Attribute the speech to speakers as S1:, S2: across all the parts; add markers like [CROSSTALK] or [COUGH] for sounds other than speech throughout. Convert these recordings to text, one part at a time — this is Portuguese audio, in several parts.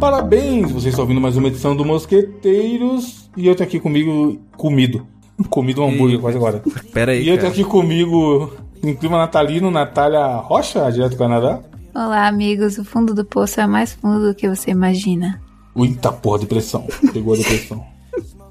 S1: Parabéns, vocês estão ouvindo mais uma edição do Mosqueteiros. E eu tô aqui comigo, comido. [LAUGHS] Comido um hambúrguer quase agora.
S2: Pera aí,
S1: E eu tô
S2: cara.
S1: aqui comigo, em clima natalino, Natália Rocha, direto do Canadá.
S3: Olá, amigos. O fundo do poço é mais fundo do que você imagina.
S1: Eita porra, depressão. Pegou a depressão.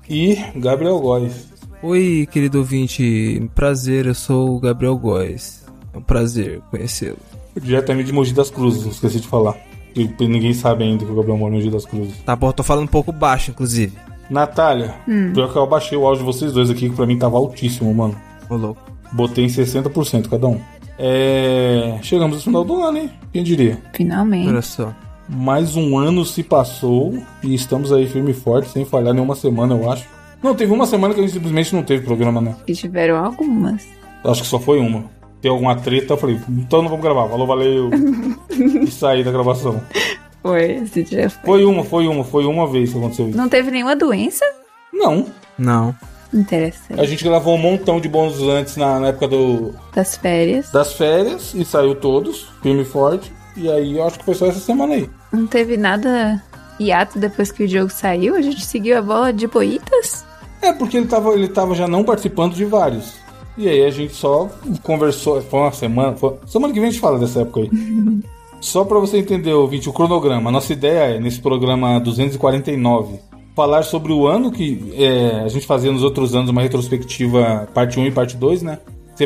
S1: E Gabriel Góes.
S2: Oi, querido ouvinte. Prazer, eu sou o Gabriel Góes. É um prazer conhecê-lo.
S1: Diretamente de Mogi das Cruzes, esqueci de falar. E Ninguém sabe ainda que o Gabriel mora em Mogi das Cruzes.
S2: Tá bom, tô falando um pouco baixo, inclusive.
S1: Natália, pior que eu baixei o áudio de vocês dois aqui, que pra mim tava altíssimo, mano.
S2: Ô, louco.
S1: Botei em 60% cada um. É. Chegamos ao final do ano, hein? Quem diria?
S3: Finalmente.
S2: Olha só.
S1: Mais um ano se passou e estamos aí firme e forte, sem falhar nenhuma semana, eu acho. Não, teve uma semana que a gente simplesmente não teve programa, né?
S3: E tiveram algumas.
S1: Acho que só foi uma. Tem alguma treta, eu falei, então não vamos gravar. Falou, valeu. e saí da gravação.
S3: Foi, esse dia foi.
S1: Foi uma, foi uma, foi uma vez que aconteceu isso.
S3: Não teve nenhuma doença?
S1: Não.
S2: Não.
S3: Interessante.
S1: A gente gravou um montão de bônus antes na, na época do,
S3: Das férias.
S1: das férias e saiu todos, firme e forte. E aí eu acho que foi só essa semana aí.
S3: Não teve nada hiato depois que o jogo saiu. A gente seguiu a bola de boitas. [LAUGHS]
S1: É porque ele tava, ele tava já não participando de vários. E aí a gente só conversou. Foi uma semana. foi- semana que vem a gente fala dessa época aí. só pra você entender, ouvinte, o cronograma. A nossa ideia é, nesse programa 249, falar sobre o ano que é, a gente fazia nos outros anos uma retrospectiva parte 1 e parte 2, né?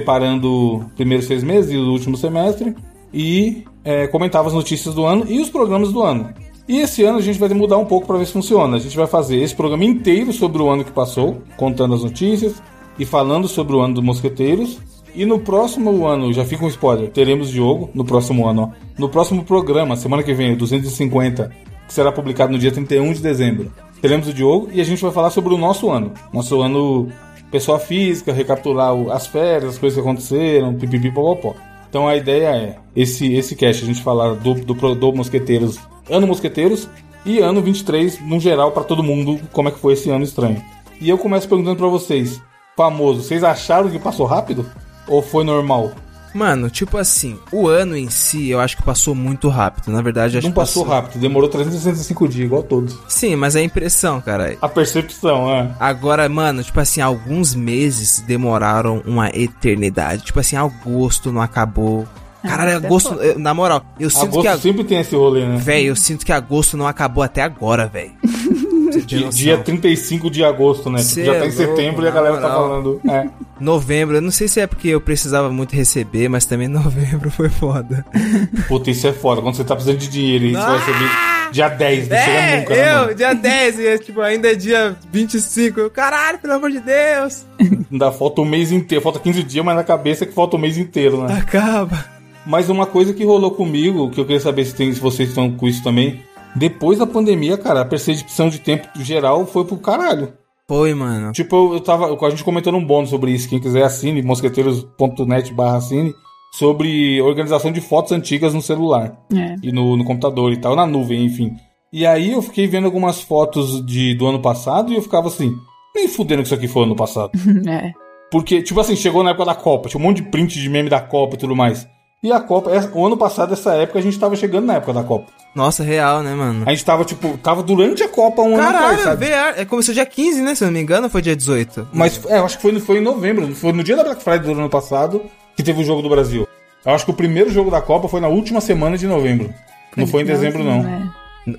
S1: Separando os primeiros seis meses e o último semestre. E é, comentava as notícias do ano e os programas do ano. E esse ano a gente vai mudar um pouco pra ver se funciona. A gente vai fazer esse programa inteiro sobre o ano que passou, contando as notícias e falando sobre o ano dos Mosqueteiros. E no próximo ano, já fica um spoiler, teremos jogo no próximo ano, ó. No próximo programa, semana que vem, o 250, que será publicado no dia 31 de dezembro, teremos o Diogo e a gente vai falar sobre o nosso ano. Nosso ano pessoa física, recapitular o- as férias, as coisas que aconteceram, pipipi, popopó. Então a ideia é esse esse cast, a gente falar do, do, pro- do Mosqueteiros, ano Mosqueteiros e ano 23 no geral pra todo mundo, como é que foi esse ano estranho. E eu começo perguntando pra vocês, famoso, vocês acharam que passou rápido? Ou foi normal?
S2: Mano, tipo assim, o ano em si eu acho que passou muito rápido. Na verdade, acho
S1: Não
S2: que passou.
S1: passou rápido, demorou 365 dias, igual todos.
S2: Sim, mas é a impressão, cara.
S1: A percepção, é.
S2: Agora, mano, tipo assim, alguns meses demoraram uma eternidade. Tipo assim, agosto não acabou. Caralho,
S3: até
S2: agosto,
S3: pouco.
S2: eu- na moral, eu sinto
S1: Agosto
S2: que a-
S1: sempre tem esse rolê, né?
S2: Véi, eu sinto que agosto não acabou até agora, véi. Você tem
S1: Dia,
S2: noção?
S1: dia 35 de agosto, né?
S2: Cê
S1: Tipo, já tá
S2: é
S1: em setembro
S2: louco,
S1: e a
S2: na
S1: galera tá
S2: moral.
S1: falando. É.
S2: Novembro, eu não sei se é porque eu precisava muito receber, mas também [LAUGHS] novembro foi foda.
S1: Puta, isso é foda. Quando você tá precisando de dinheiro e você vai
S2: Ah!
S1: receber dia 10, não chega nunca, né, mano?
S2: É, dia 10, e, tipo, ainda é dia 25. Eu, caralho, pelo amor de Deus.
S1: Ainda falta um mês inteiro, falta 15 dias, mas na cabeça é que falta o mês inteiro, né?
S2: Acaba.
S1: Mas uma coisa que rolou comigo, que eu queria saber se, tem- se vocês estão com isso também. Depois da pandemia, cara, a percepção de tempo geral foi pro caralho.
S2: Foi, mano.
S1: Tipo, eu- eu tava. A gente comentou num bônus sobre isso. Quem quiser assine, mosqueteiros.net barra assine, sobre organização de fotos antigas no celular
S3: É.
S1: e no, no computador e tal, na nuvem, enfim. E aí eu fiquei vendo algumas fotos de, do ano passado e eu ficava assim, nem fudendo que isso aqui foi ano passado.
S3: é.
S1: Porque, tipo assim, chegou na época da Copa, tinha um monte de print de meme da Copa e tudo mais. E a Copa, essa- o ano passado, essa época, a gente tava chegando na época da Copa.
S2: Nossa, real, né, mano?
S1: A gente tava, tipo, tava durante a Copa um ano atrás,
S2: Caralho,
S1: sabe?
S2: VR. É, começou dia 15, né? Se eu não me engano, ou foi dia 18?
S1: Mas é, eu acho que foi, no- foi em novembro, foi no dia da Black Friday do ano passado que teve o jogo do Brasil. Eu acho que o primeiro jogo da Copa foi na última semana de novembro. não foi em dezembro, não.
S3: É.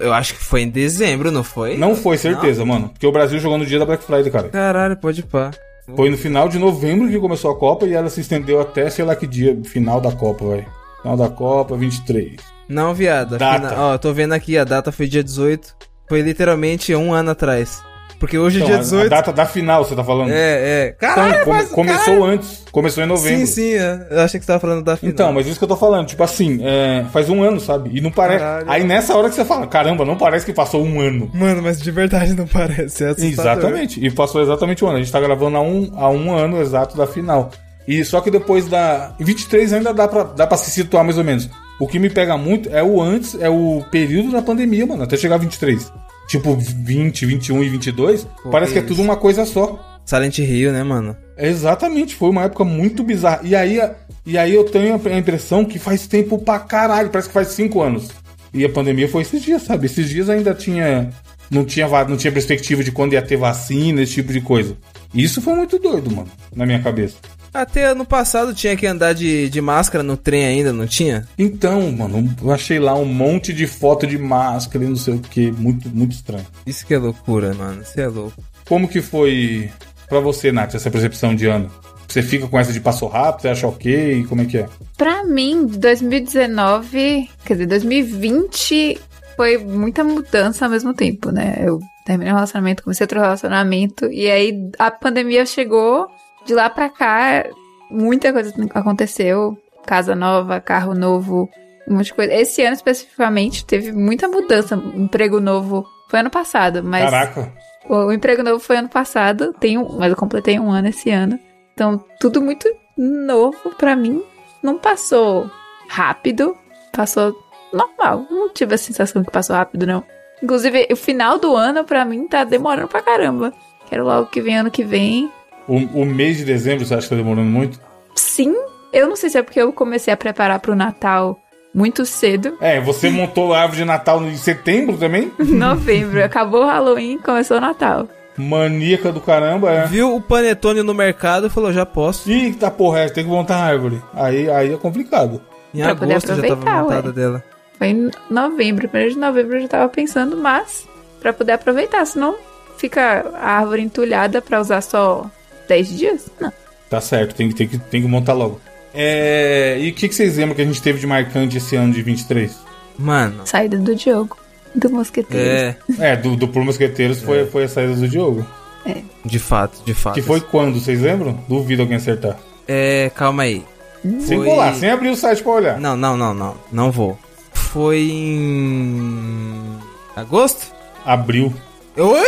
S2: Eu acho que foi em dezembro, não foi?
S1: Não foi, certeza, mano. Porque o Brasil jogou no dia da Black Friday, cara.
S2: Caralho, pode pá.
S1: Foi no final de novembro que começou a Copa e ela se estendeu até, sei lá que dia, final da Copa, velho. Final da Copa, 23.
S2: Não, viado.
S1: Data.
S2: Fina- Ó, tô vendo aqui, a data foi dia 18. Foi literalmente um ano atrás. Porque hoje é
S1: Então,
S2: dia
S1: a-
S2: 18.
S1: A data da final, você tá falando?
S2: É, é.
S1: Então,
S2: Caralho,
S1: come-
S2: mas-
S1: começou
S2: caralho.
S1: antes. Começou em novembro.
S2: Sim, sim, é. eu achei que você tava falando da final.
S1: Então, mas isso que eu tô falando, tipo assim, é, faz um ano, sabe? E não parece.
S2: Caralho.
S1: Aí nessa hora que você fala, caramba, não parece que passou um ano.
S2: Mano, mas de verdade não parece. É assustador.
S1: Exatamente. E passou exatamente um ano. A gente tá gravando há um, há um ano exato da final. E só que depois da. 23 ainda dá pra, dá pra se situar mais ou menos. O que me pega muito é o antes, é o período da pandemia, mano, até chegar a 23. Tipo, 20, 21 e 22, parece que é
S2: isso.
S1: tudo uma coisa só.
S2: Silent Hill, né, mano?
S1: Exatamente, foi uma época muito bizarra. E aí, e aí eu tenho a impressão que faz tempo pra caralho, parece que faz cinco anos. E a pandemia foi esses dias, sabe? Esses dias ainda tinha. Não tinha, va- não tinha perspectiva de quando ia ter vacina, esse tipo de coisa. Isso foi muito doido, mano, na minha cabeça.
S2: Até ano passado tinha que andar de, de máscara no trem ainda, não tinha?
S1: Então, mano, eu achei lá um monte de foto de máscara e não sei o que. Muito, muito estranho.
S2: Isso que é loucura, mano. Isso é louco.
S1: Como que foi pra você, Nath, essa percepção de ano? Você fica com essa de passo rápido, você acha ok? Como é que é?
S3: Pra mim, 2019, quer dizer, 2020 foi muita mudança ao mesmo tempo, né? Eu terminei o relacionamento, comecei outro relacionamento, e aí a pandemia chegou, de lá pra cá, muita coisa aconteceu. Casa nova, carro novo, um monte de coisa. Esse ano especificamente teve muita mudança, emprego novo. Foi ano passado, mas.
S1: Caraca,
S3: O emprego novo foi ano passado, tem um, mas eu completei um ano esse ano. Então, tudo muito novo pra mim. Não passou rápido, passou normal. Não tive a sensação que passou rápido, não. Inclusive, o final do ano pra mim tá demorando pra caramba. Quero logo que vem ano que vem.
S1: o, o mês de dezembro você acha que tá demorando muito?
S3: Sim, eu não sei se é porque eu comecei a preparar pro Natal muito cedo. [LAUGHS]
S1: É, você montou a árvore de Natal em setembro também?
S3: Novembro, acabou o Halloween, começou o Natal.
S1: Maníaca do caramba, é.
S2: Viu o panetone no mercado e falou, já posso.
S1: Eita porra, é, tem que montar a árvore. Aí, aí é complicado.
S2: Em
S3: Pra poder
S2: agosto já tava
S3: aproveitar,
S2: montada
S3: ué.
S2: dela.
S3: Foi em novembro, primeiro de novembro eu já tava pensando, mas pra poder aproveitar, senão fica a árvore entulhada pra usar só 10 dias? Não.
S1: Tá certo, tem, que- tem, que, tem que montar logo. É, e o que, que vocês lembram que a gente teve de marcante esse ano de 23?
S2: Mano,
S3: Saída do Diogo, do mosqueteiro.
S2: é...
S1: É, do, do Por Mosqueteiros foi, foi a saída do Diogo.
S2: é, De fato, de fato.
S1: Que foi quando, vocês lembram? Duvido alguém acertar.
S2: É, calma aí.
S1: Sem
S2: Foi-
S1: colar, sem abrir o site pra olhar.
S2: Não, não, não, não. Não vou. Foi em... Agosto?
S1: Abriu.
S2: Oi?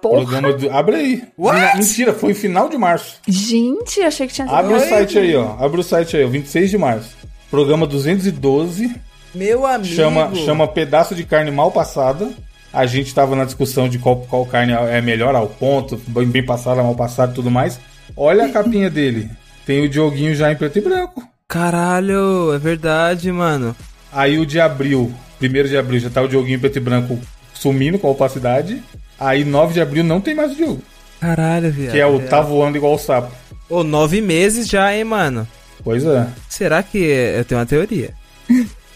S3: Porra!
S1: Programa do... Abre aí.
S2: What?
S1: Mentira, foi final de março.
S3: Gente, achei que tinha
S1: Abre o
S2: Oi?
S1: site aí, ó. Abre o site aí, ó. 26 de março. Programa 212.
S2: Meu amigo.
S1: Chama, chama Pedaço de Carne Mal Passada. A gente tava na discussão de qual, qual carne é melhor, ao ponto, bem, bem passada, mal passada e tudo mais. Olha a
S2: [LAUGHS]
S1: capinha dele. Tem o Dioguinho já em preto e branco.
S2: Caralho, é verdade, mano.
S1: Aí o de abril, 1 de abril, já tá o Dioguinho em preto e branco sumindo com a opacidade. Aí 9 de abril não tem mais o Diogo,
S2: Caralho, viado.
S1: que é o tá voando igual o sapo.
S2: Ô, nove meses já, hein, mano.
S1: Pois é.
S2: Será que... é? Eu tenho uma teoria.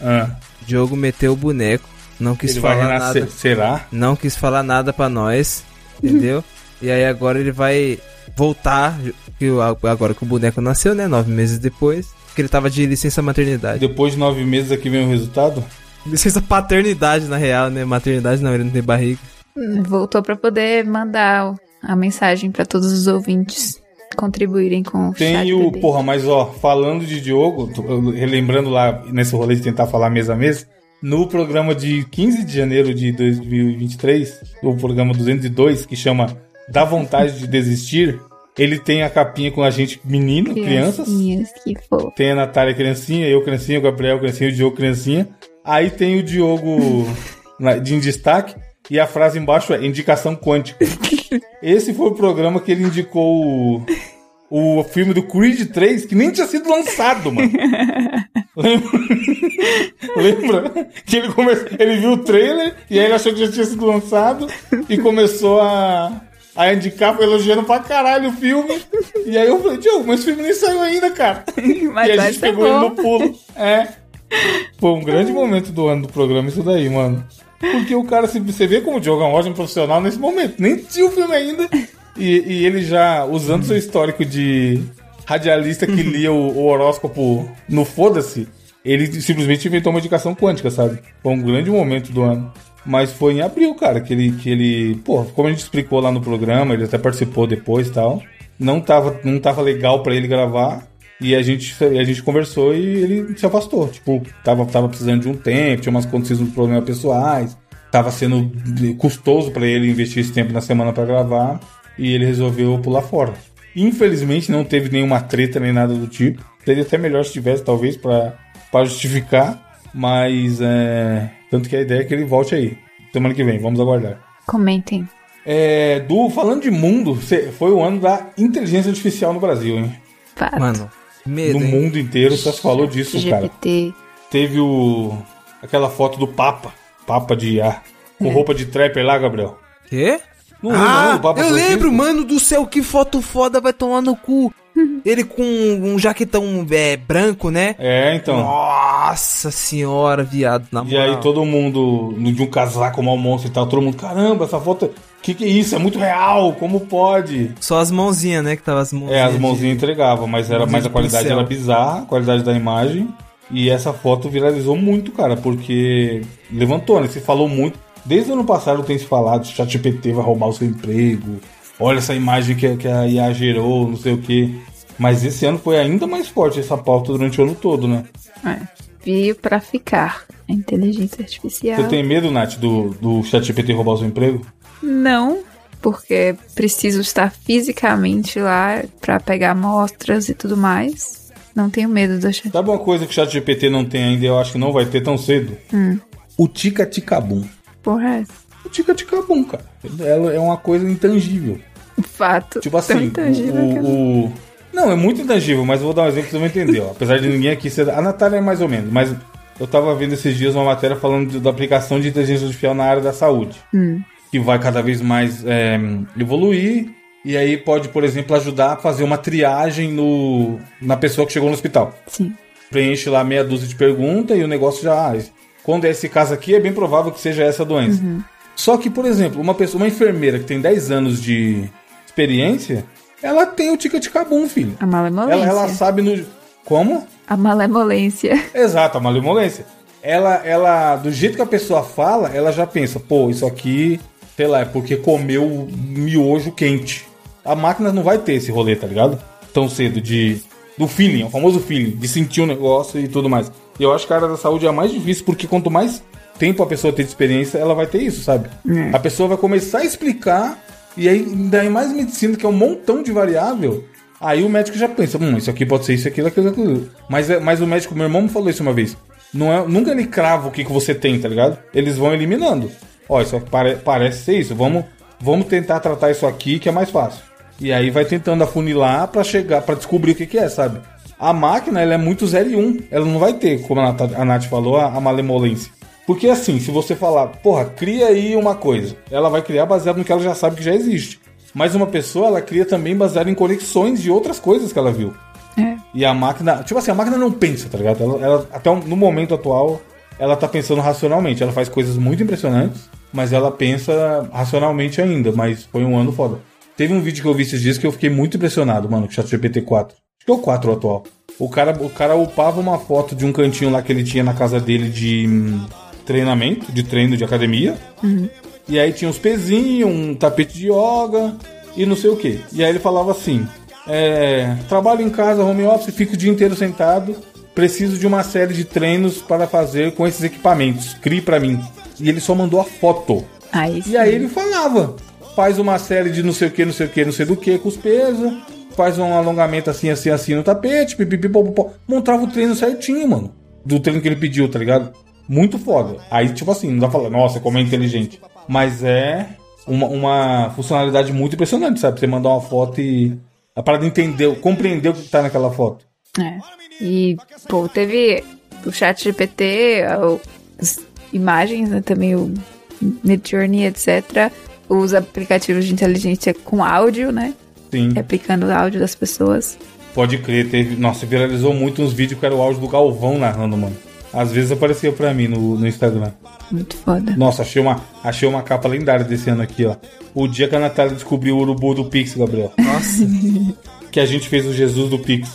S1: Ah,
S2: Diogo meteu o boneco, não quis
S1: ele vai
S2: falar
S1: renascer.
S2: nada,
S1: Será?
S2: não quis falar nada pra nós, entendeu? e aí agora ele vai voltar, que o- agora que o boneco nasceu, né, nove meses depois, que ele tava de licença maternidade.
S1: Depois de nove meses aqui vem o resultado?
S2: Licença paternidade, na real, né, maternidade não, ele não tem barriga.
S3: Hum, Voltou pra poder mandar o- a mensagem pra todos os ouvintes contribuírem com o chat
S1: Tem o.
S3: bebê.
S1: Porra, mas ó, falando de Diogo, tô- eu relembrando lá nesse rolê de tentar falar mês a mês, no programa de 15 de janeiro de 2023, o programa 202, que chama Da Vontade de Desistir, ele tem a capinha com a gente menino, crianças.
S3: Criancinhas, que fofo.
S1: Tem a Natália Criancinha, eu Criancinha, o Gabriel Criancinha, o Diogo Criancinha. Aí tem o Diogo na- de em destaque e a frase embaixo é indicação quântica. Esse foi o programa que ele indicou o, o filme do Creed 3 que nem tinha sido lançado, mano. Lembra? Lembra? Que ele, come- ele viu o trailer e aí ele achou que já tinha sido lançado e começou a, a indicar, foi elogiando pra caralho o filme. E aí eu falei, Diogo, mas o filme nem saiu ainda, cara [LAUGHS]
S3: Mas
S1: e a
S3: vai
S1: gente
S3: ser
S1: pegou ele no
S3: bom.
S1: pulo. É. Foi um grande momento do ano do programa, isso daí, mano. Porque o cara, se- você vê como o Diogo é um ótimo profissional nesse momento. Nem tinha o filme ainda. E, e ele já, usando seu histórico de radialista que lia o, o horóscopo no Foda-se, ele simplesmente inventou uma indicação quântica, sabe? Foi um grande momento do ano. Mas foi em abril, cara, que ele, que ele. Pô, como a gente explicou lá no programa, ele até participou depois e tal. Não tava, não tava legal pra ele gravar. E a gente, a gente conversou e ele se afastou. Tipo, tava, tava precisando de um tempo, tinha umas condições de problemas pessoais. Tava sendo custoso pra ele investir esse tempo na semana pra gravar. E ele resolveu pular fora. Infelizmente não teve nenhuma treta nem nada do tipo. Seria até melhor se tivesse, talvez, pra pra justificar. Mas é. Tanto que a ideia é que ele volte aí. Semana que vem, vamos aguardar.
S3: Comentem.
S1: É, Du, falando de mundo, cê- foi o ano da inteligência artificial no Brasil, hein?
S3: Fato.
S2: Mano, medo,
S1: No
S2: hein?
S1: mundo inteiro, só se falou disso, cara.
S3: GPT.
S1: Teve o Aquela foto do Papa. Papa de ar. Com roupa de trapper lá, Gabriel.
S2: Quê?
S1: Não lembra,
S2: É. ah,
S1: não, do Papa assim.
S2: eu
S1: Francisco?
S2: lembro, mano do céu, que foto foda vai tomar no
S3: [LAUGHS]
S2: cu. Ele com um jaquetão é, branco, né?
S1: É, então.
S2: Nossa senhora, viado, na
S1: E aí todo mundo no- de um casaco mal monstro e tal, todo mundo, caramba, essa foto. Que que é isso? É muito real, como pode?
S2: Só as mãozinhas, né? Que tava as mãozinhas.
S1: É, as
S2: de-
S1: mãozinhas entregavam, mas era
S2: mãozinha
S1: mais a
S2: de
S1: qualidade
S2: pincel.
S1: era bizarra, a qualidade da imagem. E essa foto viralizou muito, cara, porque levantou, né? Se falou muito. Desde o ano passado tem se falado, ChatGPT vai roubar o seu emprego. Olha essa imagem que, que a IA gerou, não sei o quê. Mas esse ano foi ainda mais forte essa pauta durante o ano todo, né?
S3: É. Veio pra ficar. A inteligência artificial.
S1: Você tem medo, Nath, do, do ChatGPT roubar o seu emprego?
S3: Não, porque preciso estar fisicamente lá pra pegar amostras e tudo mais. Não tenho medo do chat.
S1: Sabe uma coisa que o ChatGPT não tem ainda e eu acho que não vai ter tão cedo? O tica-tica-bum.
S3: Porra, é essa? [LAUGHS]
S1: O tica-tica-bum, cara. Ela é uma coisa intangível.
S3: um fato.
S1: Tipo assim,
S3: tão intangível que
S1: o,
S3: eu não-
S1: o- Não, é muito intangível, mas eu vou dar um exemplo que vocês vão entender. ó. [LAUGHS] Apesar de ninguém aqui ser... A Natália é mais ou menos, mas eu tava vendo esses dias uma matéria falando de- da aplicação de inteligência artificial na área da saúde.
S3: Hum.
S1: Que vai cada vez mais é, evoluir e aí pode, por exemplo, ajudar a fazer uma triagem no, na pessoa que chegou no hospital
S3: Sim.
S1: preenche lá meia dúzia de perguntas e o negócio já. ah, Quando é esse caso aqui, é bem provável que seja essa a doença. Só que, por exemplo, uma pessoa, uma enfermeira que tem 10 anos de experiência, ela tem o tica-tica-bum, filho.
S3: A malemolência.
S1: Ela, ela sabe no. Como?
S3: A malemolência. [LAUGHS]
S1: Exato, a malemolência. Ela, ela, do jeito que a pessoa fala, ela já pensa, pô, isso aqui, sei lá, é porque comeu miojo quente. A máquina não vai ter esse rolê, tá ligado? Tão cedo de do feeling, o famoso feeling, de sentir o negócio e tudo mais. E eu acho que a área da saúde é a mais difícil, porque quanto mais tempo a pessoa ter de experiência, ela vai ter isso, sabe? A pessoa vai começar a explicar, e aí daí mais medicina, que é um montão de variável, Aí o médico já pensa, hum, isso aqui pode ser isso, aquilo, aquilo, aquilo. Mas, é- mas o médico, meu irmão me falou isso uma vez. Não é, nunca ele crava o que, que você tem, tá ligado? Eles vão eliminando. Ó, isso aqui pare- parece ser isso. Vamos, vamos tentar tratar isso aqui que é mais fácil. E aí vai tentando afunilar pra chegar, para descobrir o que, que é, sabe? A máquina, ela é muito 0 e 1. Ela não vai ter, como a Nath, a Nath falou, a, a malemolência. Porque assim, se você falar, porra, cria aí uma coisa, ela vai criar baseado no que ela já sabe que já existe. Mas uma pessoa, ela cria também baseada em conexões de outras coisas que ela viu.
S3: É.
S1: E a máquina, tipo assim, a máquina não pensa, tá ligado? Ela, ela- até o- no momento atual, ela tá pensando racionalmente. Ela faz coisas muito impressionantes, mas ela pensa racionalmente ainda. Mas foi um ano foda. Teve um vídeo que eu vi esses dias que eu fiquei muito impressionado, mano, com o ChatGPT 4. Acho que é o 4 atual. O cara, o cara upava uma foto de um cantinho lá que ele tinha na casa dele de hum, treinamento, de treino de academia. E aí tinha uns pezinhos, um tapete de yoga e não sei o que. E aí ele falava assim: é, trabalho em casa, home office, fico o dia inteiro sentado, preciso de uma série de treinos para fazer com esses equipamentos. Crie pra mim. E ele só mandou a foto.
S3: Aí sim.
S1: E aí ele falava: faz uma série de não sei o que, não sei o que, não sei do que, com os pesos, faz um alongamento assim, assim, assim no tapete, pipipi, popopó. Montava o treino certinho, mano. Do treino que ele pediu, tá ligado? Muito foda. Aí, tipo assim, não dá pra falar, nossa, como é inteligente. Mas é uma, uma funcionalidade muito impressionante, sabe? Você mandar uma foto e. A parada entender, compreender o que tá naquela foto.
S3: É. E, pô, teve o chat GPT, o- as imagens, né, também o Midjourney, etc. Os aplicativos de inteligência com áudio, né?
S1: Sim.
S3: Replicando o áudio das pessoas.
S1: Pode crer, teve. Nossa, viralizou muito uns vídeos que era o áudio do Galvão narrando, mano. Às vezes aparecia pra mim no, no Instagram.
S3: Muito foda.
S1: Nossa, achei uma, achei uma capa lendária desse ano aqui, ó. O dia que a Natália descobriu o urubu do Pix, Gabriel.
S2: Nossa.
S1: Que a gente fez o Jesus do Pix.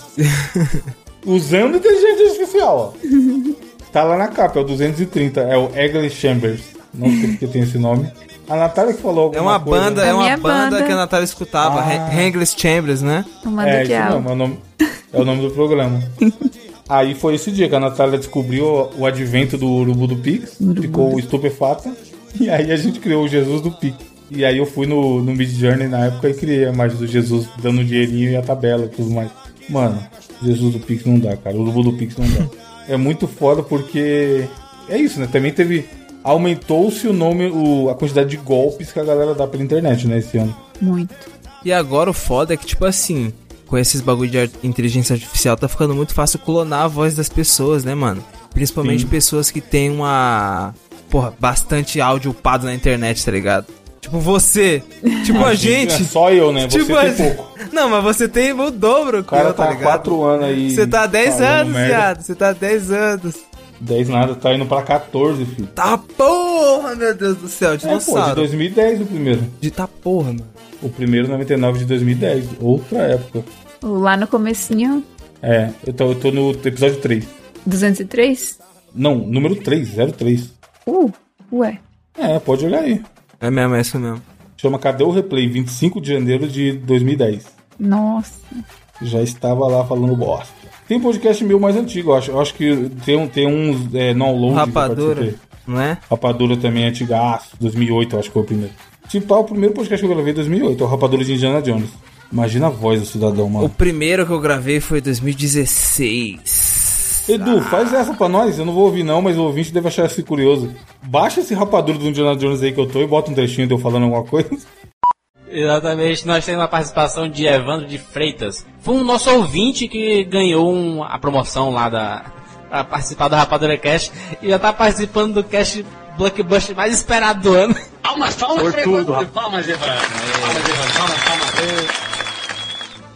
S1: Usando inteligência artificial, ó. Tá lá na capa, é o 230. É o Egley Chambers. Não sei porque tem esse nome. A Natália que falou
S2: É
S1: alguma
S2: uma
S1: coisa,
S2: banda,
S1: né?
S2: é
S3: A
S2: uma
S3: minha
S2: banda,
S3: banda.
S2: que a Natália escutava,
S1: Ah.
S2: ah. Hangless Chambres, né?
S3: Não manda
S1: É, isso
S3: diabo.
S1: mesmo, é o nome, é o nome do [LAUGHS] programa. Aí foi esse dia que a Natália descobriu o advento do urubu do Pix, ficou estupefata, [LAUGHS] e aí a gente criou o Jesus do Pix. E aí eu fui no, no Mid Journey na época e criei a imagem do Jesus dando o dinheirinho e a tabela e tudo mais. Mano, Jesus do Pix não dá, cara. O urubu do Pix não [LAUGHS] dá. é muito foda porque é isso, né? Também teve. Aumentou-se o nome, o- a quantidade de golpes que a galera dá pela internet, né, esse ano.
S3: Muito.
S2: E agora o foda é que, tipo assim, com esses bagulho de ar- inteligência artificial tá ficando muito fácil clonar a voz das pessoas, né, mano? Principalmente
S1: Sim.
S2: pessoas que têm uma. Porra, bastante áudio upado na internet, tá ligado? Tipo você. Tipo a gente.
S1: É só eu, né? Você
S2: Tipo
S1: tem
S2: a
S1: pouco.
S2: gente. Não, mas você tem o dobro,
S1: O cara
S2: que eu, tá
S1: tá há
S2: ligado?
S1: 4 anos aí.
S2: Você tá há 10
S1: fazendo
S2: anos,
S1: merda.
S2: viado. Você tá há 10 anos.
S1: 10 nada, tá indo pra 14, filho.
S2: Tá porra, meu Deus do céu.
S1: É, pô, de
S2: Dinossauro.
S1: 2010 o primeiro.
S2: de tá porra, mano.
S1: O primeiro 99 de 2010. Outra época.
S3: Lá no comecinho,
S1: É, eu tô, eu tô no episódio 3.
S3: 203?
S1: Não, número 3, 03.
S3: Uh, ué.
S1: É, pode olhar aí.
S2: É mesmo, é isso mesmo.
S1: Chama Cadê o Replay? 25 de janeiro de 2010.
S3: Nossa.
S1: Já estava lá falando bosta. Tem um podcast meu mais antigo, eu acho. Eu acho que tem, um- tem uns é, não longe
S2: Rapadura, não é?
S1: Rapadura também é antigaço, 2008 eu acho que foi o primeiro. Tipo, ah, o primeiro podcast que eu gravei em 2008, é o Rapadura de Indiana Jones. Imagina a voz do cidadão,
S2: O
S1: mano.
S2: primeiro que eu gravei foi em 2016.
S1: Edu, faz essa pra nós, eu não vou ouvir não, mas o ouvinte deve achar isso curioso. Baixa esse Rapadura do Indiana Jones aí que eu tô e bota um trechinho de eu falando alguma coisa.
S4: Exatamente, nós temos a participação de Evandro de Freitas. Foi um nosso ouvinte que ganhou um- a promoção lá da. pra participar da Rapadura Cash e já tá participando do cast blockbuster mais esperado do ano. É.
S5: Palmas, palmas, tudo, palmas, Evandro. Palmas, Evandro, palmas, palmas.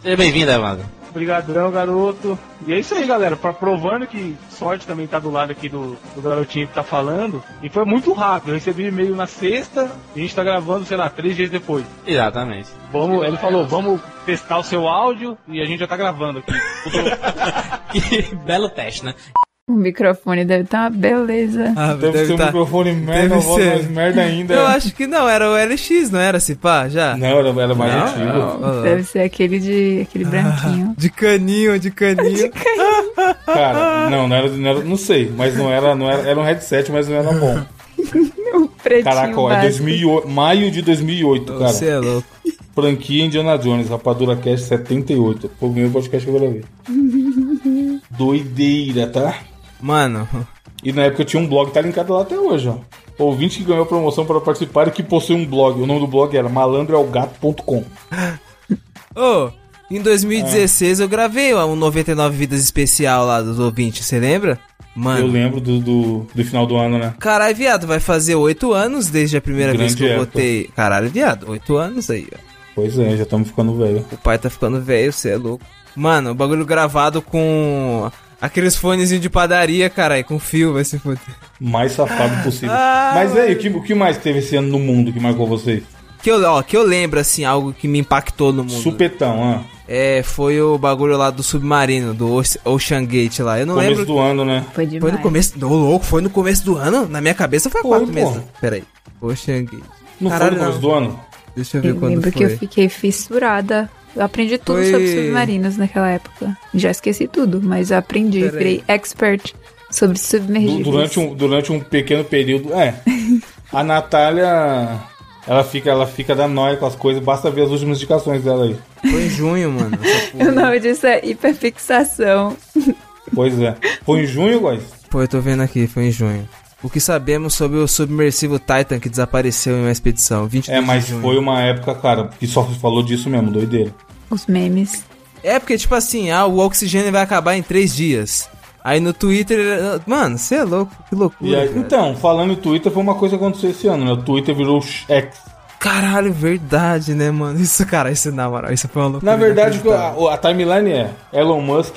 S4: Seja bem-vindo, Evandro.
S6: Obrigadão, garoto. E é isso aí, galera. Pra, provando que sorte também tá do lado aqui do, do garotinho que tá falando. E foi muito rápido. Eu recebi o e-mail na sexta e a gente tá gravando, sei lá, três dias depois.
S4: Exatamente. [LAUGHS]
S6: Vamos, ele falou, vamos testar o seu áudio e a gente já tá gravando aqui.
S4: Que belo teste, né?
S3: O microfone deve estar uma beleza.
S2: Ah,
S1: Deve, ser um
S2: tá.
S1: microfone merda,
S2: Deve
S1: uma voz
S2: ser.
S1: mais merda ainda.
S2: Eu acho que não, era o LX, não era, se pá, já?
S1: Não, era, era mais
S2: Não?
S1: antigo.
S2: Ah.
S3: Deve ser aquele de.
S2: [LAUGHS]
S3: aquele branquinho.
S2: De caninho, de caninho. [LAUGHS]
S1: Cara, não, não era, não era- não sei, mas não era, não era, era um headset, mas não era bom.
S3: O pretinho.
S1: Caraca, ó, é
S3: básico.
S1: 2008, maio de 2008, cara.
S2: um Você é louco.
S1: Franquia Indiana Jones, Rapadura Cast 78. Foi o primeiro podcast que eu
S2: [LAUGHS]
S1: gravei. Doideira, tá?
S2: Mano,
S1: E na época eu tinha um blog, tá linkado lá até hoje, ó. Ouvinte que ganhou a promoção para participar e que possui um blog. O nome do blog era malandroalgato.com.
S2: ô, em 2016 eu gravei um 99 Vidas especial lá dos ouvintes, você lembra?
S1: Eu
S2: Mano,
S1: lembro do, do, do final do ano, né?
S2: caralho, viado, vai fazer 8 anos desde a primeira
S1: Grande
S2: vez que eu
S1: época.
S2: botei. Caralho, viado, 8 anos aí, ó.
S1: Pois é, já estamos ficando velho.
S2: O pai tá ficando velho, você é louco. Mano, o bagulho gravado com aqueles fonezinhos de padaria, caralho, com fio, vai se fuder.
S1: Mais safado possível.
S2: Ah,
S1: Mas aí,
S2: mano.
S1: o que, o que mais teve esse ano no mundo que marcou vocês?
S2: Que eu, ó, que eu lembro, assim, algo que me impactou no mundo.
S1: Supetão, ah.
S2: É, foi o bagulho lá do submarino, do Oce- Ocean Gate lá. Eu não
S1: Começo
S2: lembro.
S1: do ano, né?
S3: Foi demais.
S2: Foi no começo. Ô, louco, foi no começo do ano? Na minha cabeça foi há
S1: Foi,
S2: quatro
S1: pô.
S2: meses. Pera aí. Ocean Gate.
S1: Não foi
S2: Caralho,
S1: no começo
S2: não.
S1: do ano?
S2: Deixa eu ver
S3: Eu
S2: quando
S3: lembro
S2: foi.
S3: que eu fiquei fissurada. Eu aprendi tudo
S2: Foi-
S3: sobre submarinos naquela época. Já esqueci tudo, mas eu aprendi.
S2: Pera
S3: Virei expert sobre
S1: Du-
S3: submergíveis.
S1: Durante um, durante um pequeno período.
S2: [LAUGHS]
S1: É. A Natália. Ela fica, ela fica da nóia com as coisas, basta ver as últimas indicações dela aí.
S2: Foi em junho,
S3: [LAUGHS]
S2: mano. essa porra.
S3: [LAUGHS] O nome disso é hiperfixação.
S1: Pois é. Foi em junho, guys?
S2: Pô, eu tô vendo aqui, foi em junho. O que sabemos sobre o submersivo Titan que desapareceu em uma expedição? 23
S1: É, mas
S2: de junho.
S1: foi uma época, cara, que só se falou disso mesmo, doideira.
S3: Os memes. [LAUGHS]
S2: É porque, tipo assim, ah, o oxigênio vai acabar em três dias. Aí no Twitter. Mano, você é louco, que loucura.
S1: E aí-
S2: cara.
S1: então, falando em Twitter, foi uma coisa que aconteceu esse ano, né? O Twitter virou X. É,
S2: Caralho, verdade, né, mano? Isso, cara, isso na moral, isso foi uma loucura.
S1: Na verdade,
S2: inacreditável.
S1: a, a timeline é Elon Musk,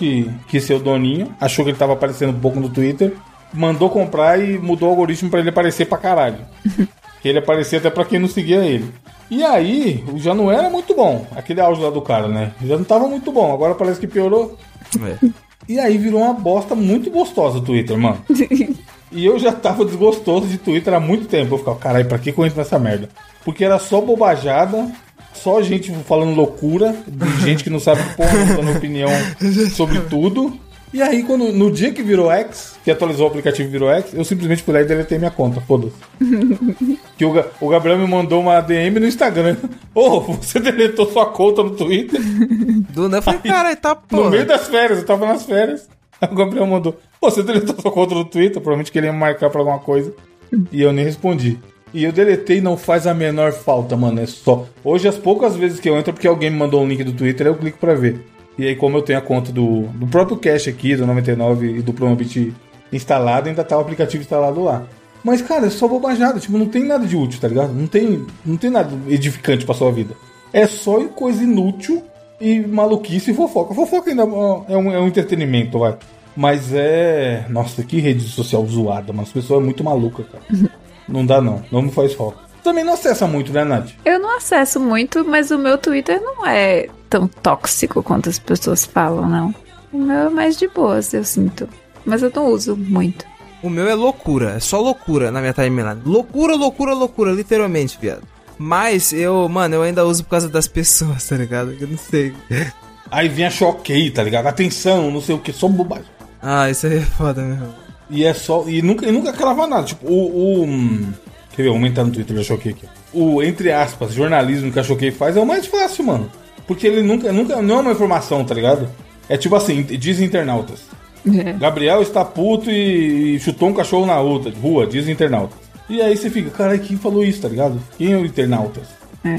S1: que seu doninho, achou que ele tava aparecendo um pouco no Twitter, mandou comprar e mudou o algoritmo pra ele aparecer pra [LAUGHS] caralho. que ele aparecia até pra quem não seguia ele. E aí, já não era muito bom, aquele áudio lá do cara, né? Já não tava muito bom, agora parece que piorou.
S2: É.
S1: E aí virou uma bosta muito gostosa o Twitter, mano. E eu já tava desgostoso de Twitter há muito tempo. Eu ficava, caralho, pra que que eu entro nessa merda? Porque era só bobajada, só gente falando loucura, de [LAUGHS] gente que não sabe porra, não dando opinião sobre tudo. E aí, quando, no dia que virou X, que atualizou o aplicativo e virou X, eu simplesmente fui lá e deletei minha conta, foda-se. Que o, Ga- o Gabriel me mandou uma DM no Instagram. [LAUGHS] Ô, você deletou sua conta no Twitter?
S2: Do nada, eu falei, caralho, tá
S1: No
S2: porra.
S1: meio das férias, eu tava nas férias. [LAUGHS] Aí o Gabriel mandou: Pô, você deletou sua conta no Twitter? Provavelmente que ele ia me marcar pra alguma coisa. E eu nem respondi. E eu deletei não faz a menor falta, mano. É só. Hoje, as poucas vezes que eu entro, é porque alguém me mandou um link do Twitter, eu clico pra ver. E aí, como eu tenho a conta do, do próprio cache aqui, do 99 e do Promobit instalado, ainda tá o aplicativo instalado lá. Mas, cara, é só bobajada. Tipo, não tem nada de útil, tá ligado? Não tem, não tem nada edificante pra sua vida. É só coisa inútil e maluquice e fofoca. Fofoca ainda é um, é um entretenimento, vai. Mas é. Nossa, que rede social zoada, mano. As pessoas é muito maluca, cara. não dá, não. Não me faz falta. Também não acessa muito, né, Nath?
S3: Eu não acesso muito, mas o meu Twitter não é tão tóxico quanto as pessoas falam, não. O meu é mais de boas, eu sinto. Mas eu não uso muito.
S2: O meu é loucura, é só loucura na minha timeline. Loucura, loucura, loucura, literalmente, viado. Mas eu, mano, eu ainda uso por causa das pessoas, tá ligado? Eu não sei.
S1: Aí vem a choquei, tá ligado? Atenção, não sei o que, só bobagem.
S2: Ah, isso aí é foda mesmo. [LAUGHS]
S1: E é só. E nunca, e nunca crava nada. Tipo, o. o quer ver, aumentar no Twitter, eu choquei aqui. O, entre aspas, jornalismo que a Choquei faz é o mais fácil, mano. Porque ele nunca, nunca. Não é uma informação, tá ligado? É tipo assim, diz internautas.
S3: É.
S1: Gabriel está puto e chutou um cachorro na outra, rua, diz internauta. E aí você fica, cara, quem falou isso, tá ligado? Quem é o internauta?
S3: É,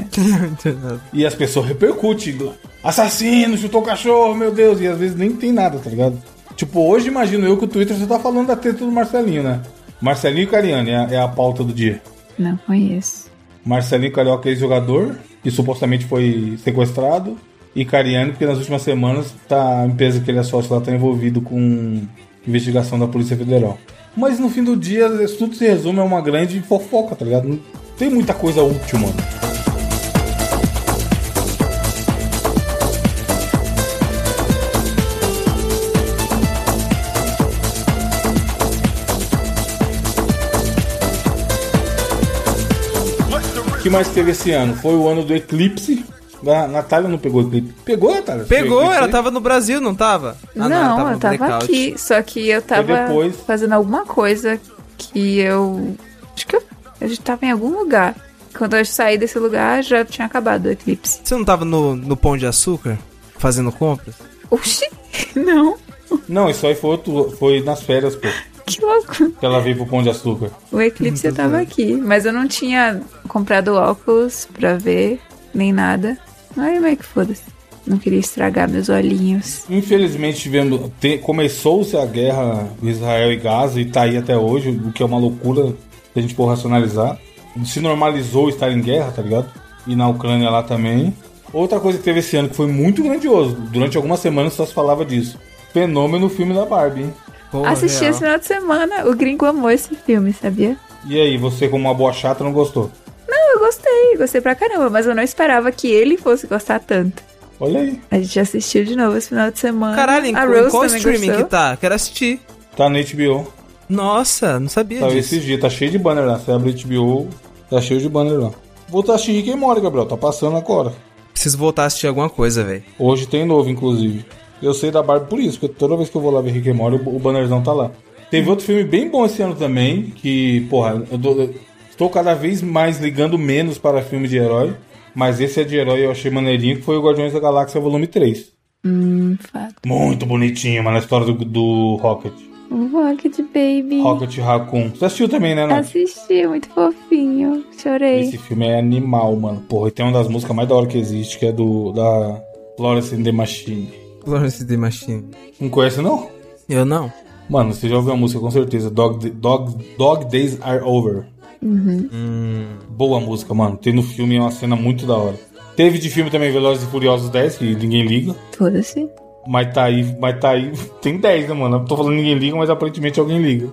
S1: E as pessoas repercutem. Assassino, chutou o cachorro, meu Deus. E às vezes nem tem nada, tá ligado? Tipo, hoje imagino eu que o Twitter só tá falando da treta do Marcelinho, né? Marcelinho e Cariani é a, é a pauta do dia.
S3: Não conheço.
S1: Marcelinho Carioca, ex-jogador, que supostamente foi sequestrado. E Cariani, porque nas últimas semanas tá, a empresa que ele é sócio lá tá envolvido com investigação da Polícia Federal. Mas no fim do dia, isso tudo se resume a uma grande fofoca, tá ligado? Não tem muita coisa útil, mano. O que mais teve esse ano? Foi o ano do eclipse. A Natália não pegou o eclipse. Pegou, Natália?
S2: Pegou,
S1: Eclipse?
S2: ela tá- tava no Brasil, não tava?
S3: Ah, não, eu tava aqui, só que eu tava
S1: depois.
S3: fazendo alguma coisa que eu. Acho que eu, a gente tava em algum lugar. Quando eu saí desse lugar, já tinha acabado o eclipse.
S2: Você não tava no, no Pão de Açúcar fazendo compras?
S3: Oxi, [LAUGHS] não.
S1: Não, isso aí foi, outro- foi nas férias, pô.
S3: Que louco.
S1: Que ela veio pro Pão de Açúcar.
S3: O eclipse eu tava aqui, mas eu não tinha comprado óculos pra ver, nem nada. Ai, mas que foda-se. Não queria estragar meus olhinhos.
S1: Infelizmente tivemos. te- Começou-se a guerra Israel e Gaza e tá aí até hoje, o que é uma loucura se a gente for racionalizar. Se normalizou estar em guerra, tá ligado? E na Ucrânia lá também. Outra coisa que teve esse ano que foi muito grandioso, durante algumas semanas só se falava disso. Fenômeno filme da Barbie, hein?
S2: Porra,
S3: Assisti
S2: real.
S3: esse final de semana, o gringo amou esse filme, sabia?
S1: E aí, você como uma boa chata não gostou?
S3: Não, eu gostei, gostei pra caramba, mas eu não esperava que ele fosse gostar tanto.
S1: Olha aí.
S3: A gente assistiu de novo esse final de semana.
S2: Caralho, em
S3: a
S2: qual-
S3: Rose
S2: qual
S3: também
S2: streaming
S3: gostou.
S2: que tá? Quero assistir.
S1: Tá no HBO.
S2: Nossa, não sabia
S1: Tá
S2: disso.
S1: esses dias, tá cheio de banner lá. Você abre o HBO, tá cheio de banner lá. Voltar a assistir Rick and Morty, Gabriel. Tá passando agora.
S2: Preciso voltar a assistir alguma coisa, velho.
S1: Hoje tem novo, inclusive. Eu sei da Barbie por isso, porque toda vez que eu vou lá ver Rick and Morty, o o bannerzão tá lá. Teve outro filme bem bom esse ano também, que, porra, eu, dou- eu estou cada vez mais ligando menos para filme de herói, mas esse é de herói eu achei maneirinho, que foi o Guardiões da Galáxia Volume 3.
S3: Hum, fato.
S1: Muito bonitinho, mas na história do, do Rocket.
S3: Rocket Um Baby.
S1: Rocket Raccoon. Você assistiu também, né, Nath?
S3: Assisti, muito fofinho. Chorei.
S1: Esse filme é animal, mano. Porra, e tem uma das músicas mais da hora que existe, que é do da Florence and the Machine.
S2: Florence The Machine.
S1: Não conhece, não?
S2: Eu não.
S1: Mano, você já ouviu a música com certeza. Dog, Dog, Dog Days Are Over. Boa música, mano. Tem no filme, é uma cena muito da hora. Teve de filme também Velozes e Furiosos 10, que ninguém liga.
S3: Foda-se.
S1: Mas tá aí, mas tá aí. [LAUGHS] Tem 10, né, mano? Eu tô falando ninguém liga, mas aparentemente alguém liga.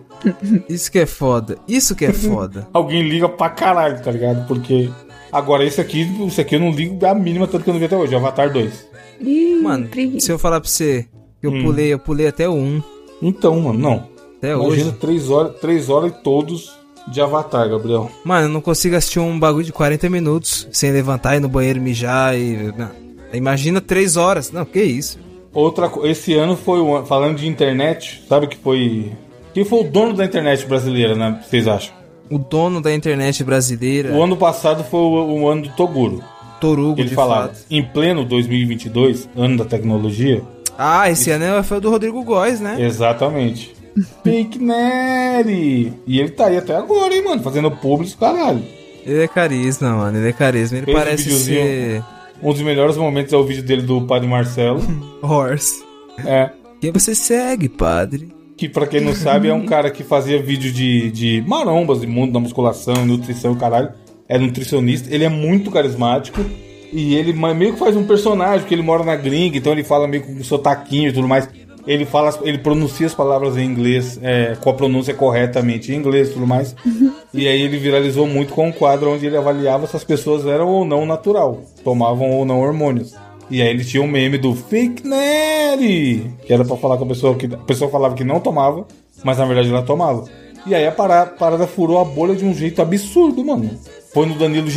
S2: Isso que é foda. Isso
S3: [LAUGHS]
S2: que é foda.
S1: Alguém liga pra caralho, tá ligado? Porque. Agora, esse aqui, esse aqui eu não ligo da mínima tanto que eu não vi até hoje. Avatar 2.
S3: Ih,
S2: Mano,
S3: preguiça. Hum.
S2: se eu falar pra você que eu pulei, eu pulei até o 1.
S1: Então, mano, não.
S2: Até
S1: Imagina
S2: É hoje.
S1: 3 horas, três horas e todos de Avatar, Gabriel.
S2: Mano, eu não consigo assistir um bagulho de 40 minutos sem levantar, ir no banheiro, mijar e... não. Imagina 3 horas. Não, que isso.
S1: Outra co- esse ano foi o ano- falando de internet, sabe que foi quem foi o dono da internet brasileira, né? Vocês acham?
S2: O dono da internet brasileira,
S1: O ano passado foi o, o ano do Toguro.
S2: Torugo,
S1: Ele
S2: de
S1: falava,
S2: fato.
S1: em pleno 2022, ano da tecnologia,
S2: Ah, esse ano foi o do Rodrigo Góes, né?
S1: É. exatamente.
S2: [LAUGHS]
S1: Fake Nery! E ele tá aí até agora, hein, mano, fazendo público, caralho.
S2: Ele é carisma, mano. Ele é carisma. Ele
S1: Fez um
S2: parece
S1: videozinho.
S2: ser
S1: Um dos melhores momentos é o vídeo dele do Padre
S2: [LAUGHS]
S1: Marcelo.
S2: Horse.
S1: É.
S2: Quem você segue, padre?
S1: Que pra quem não sabe é um cara que fazia vídeo de, de marombas de mundo da musculação, nutrição e caralho. É nutricionista, ele é muito carismático. E ele ma- meio que faz um personagem, porque ele mora na gringa, então ele fala meio com um sotaquinho e tudo mais. Ele fala, as- ele pronuncia as palavras em inglês, é, com a pronúncia corretamente em inglês e tudo mais. E aí ele viralizou muito com um quadro onde ele avaliava se as pessoas eram ou não natural, tomavam ou não hormônios. E aí ele tinha um meme do Fake Nerd, que era pra falar com a pessoa que a pessoa falava que não tomava, mas na verdade ela tomava. E aí a pará- parada furou a bolha de um jeito absurdo, mano. Foi no Danilo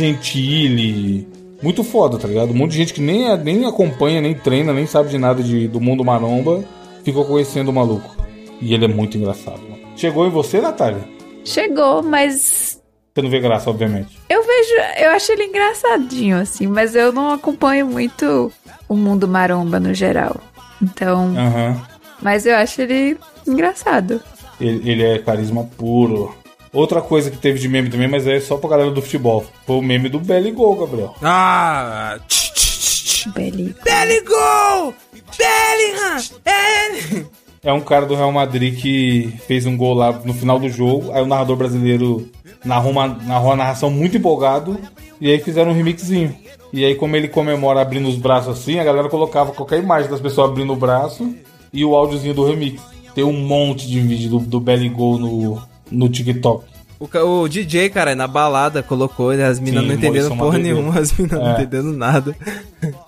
S1: Gentili. Muito foda, tá ligado? Um monte de gente que nem, nem acompanha, nem treina, nem sabe de nada de, do mundo maromba, ficou conhecendo o maluco. E ele é muito engraçado, mano. Chegou em você, Natália?
S3: Chegou, mas
S1: Você não vê graça, obviamente.
S3: eu vejo, eu acho ele engraçadinho, assim, mas eu não acompanho muito o mundo maromba no geral. Então,
S1: Aham.
S3: mas eu acho ele engraçado.
S1: Ele, ele é carisma puro. Outra coisa que teve de meme também, mas é só pra galera do futebol. Foi o meme do Belly Gol, Gabriel.
S2: Ah! Tch, tch, tch, tch.
S3: Belly.
S2: Bellingham! Bellingham! É-
S1: É um cara do Real Madrid que fez um gol lá no final do jogo. Aí o narrador brasileiro narrou uma, narrou uma narração muito empolgado. E aí fizeram um remixinho. E aí, como ele comemora abrindo os braços assim, a galera colocava qualquer imagem das pessoas abrindo o braço e o áudiozinho do remix. Tem um monte de vídeo do, do Belly Gol no, no TikTok.
S2: O, ca- o DJ, cara, é na balada colocou, né, as minas
S1: Sim,
S2: não
S1: Morrison
S2: entendendo porra
S1: Madeira.
S2: nenhuma, as minas não
S1: É.
S2: entendendo nada.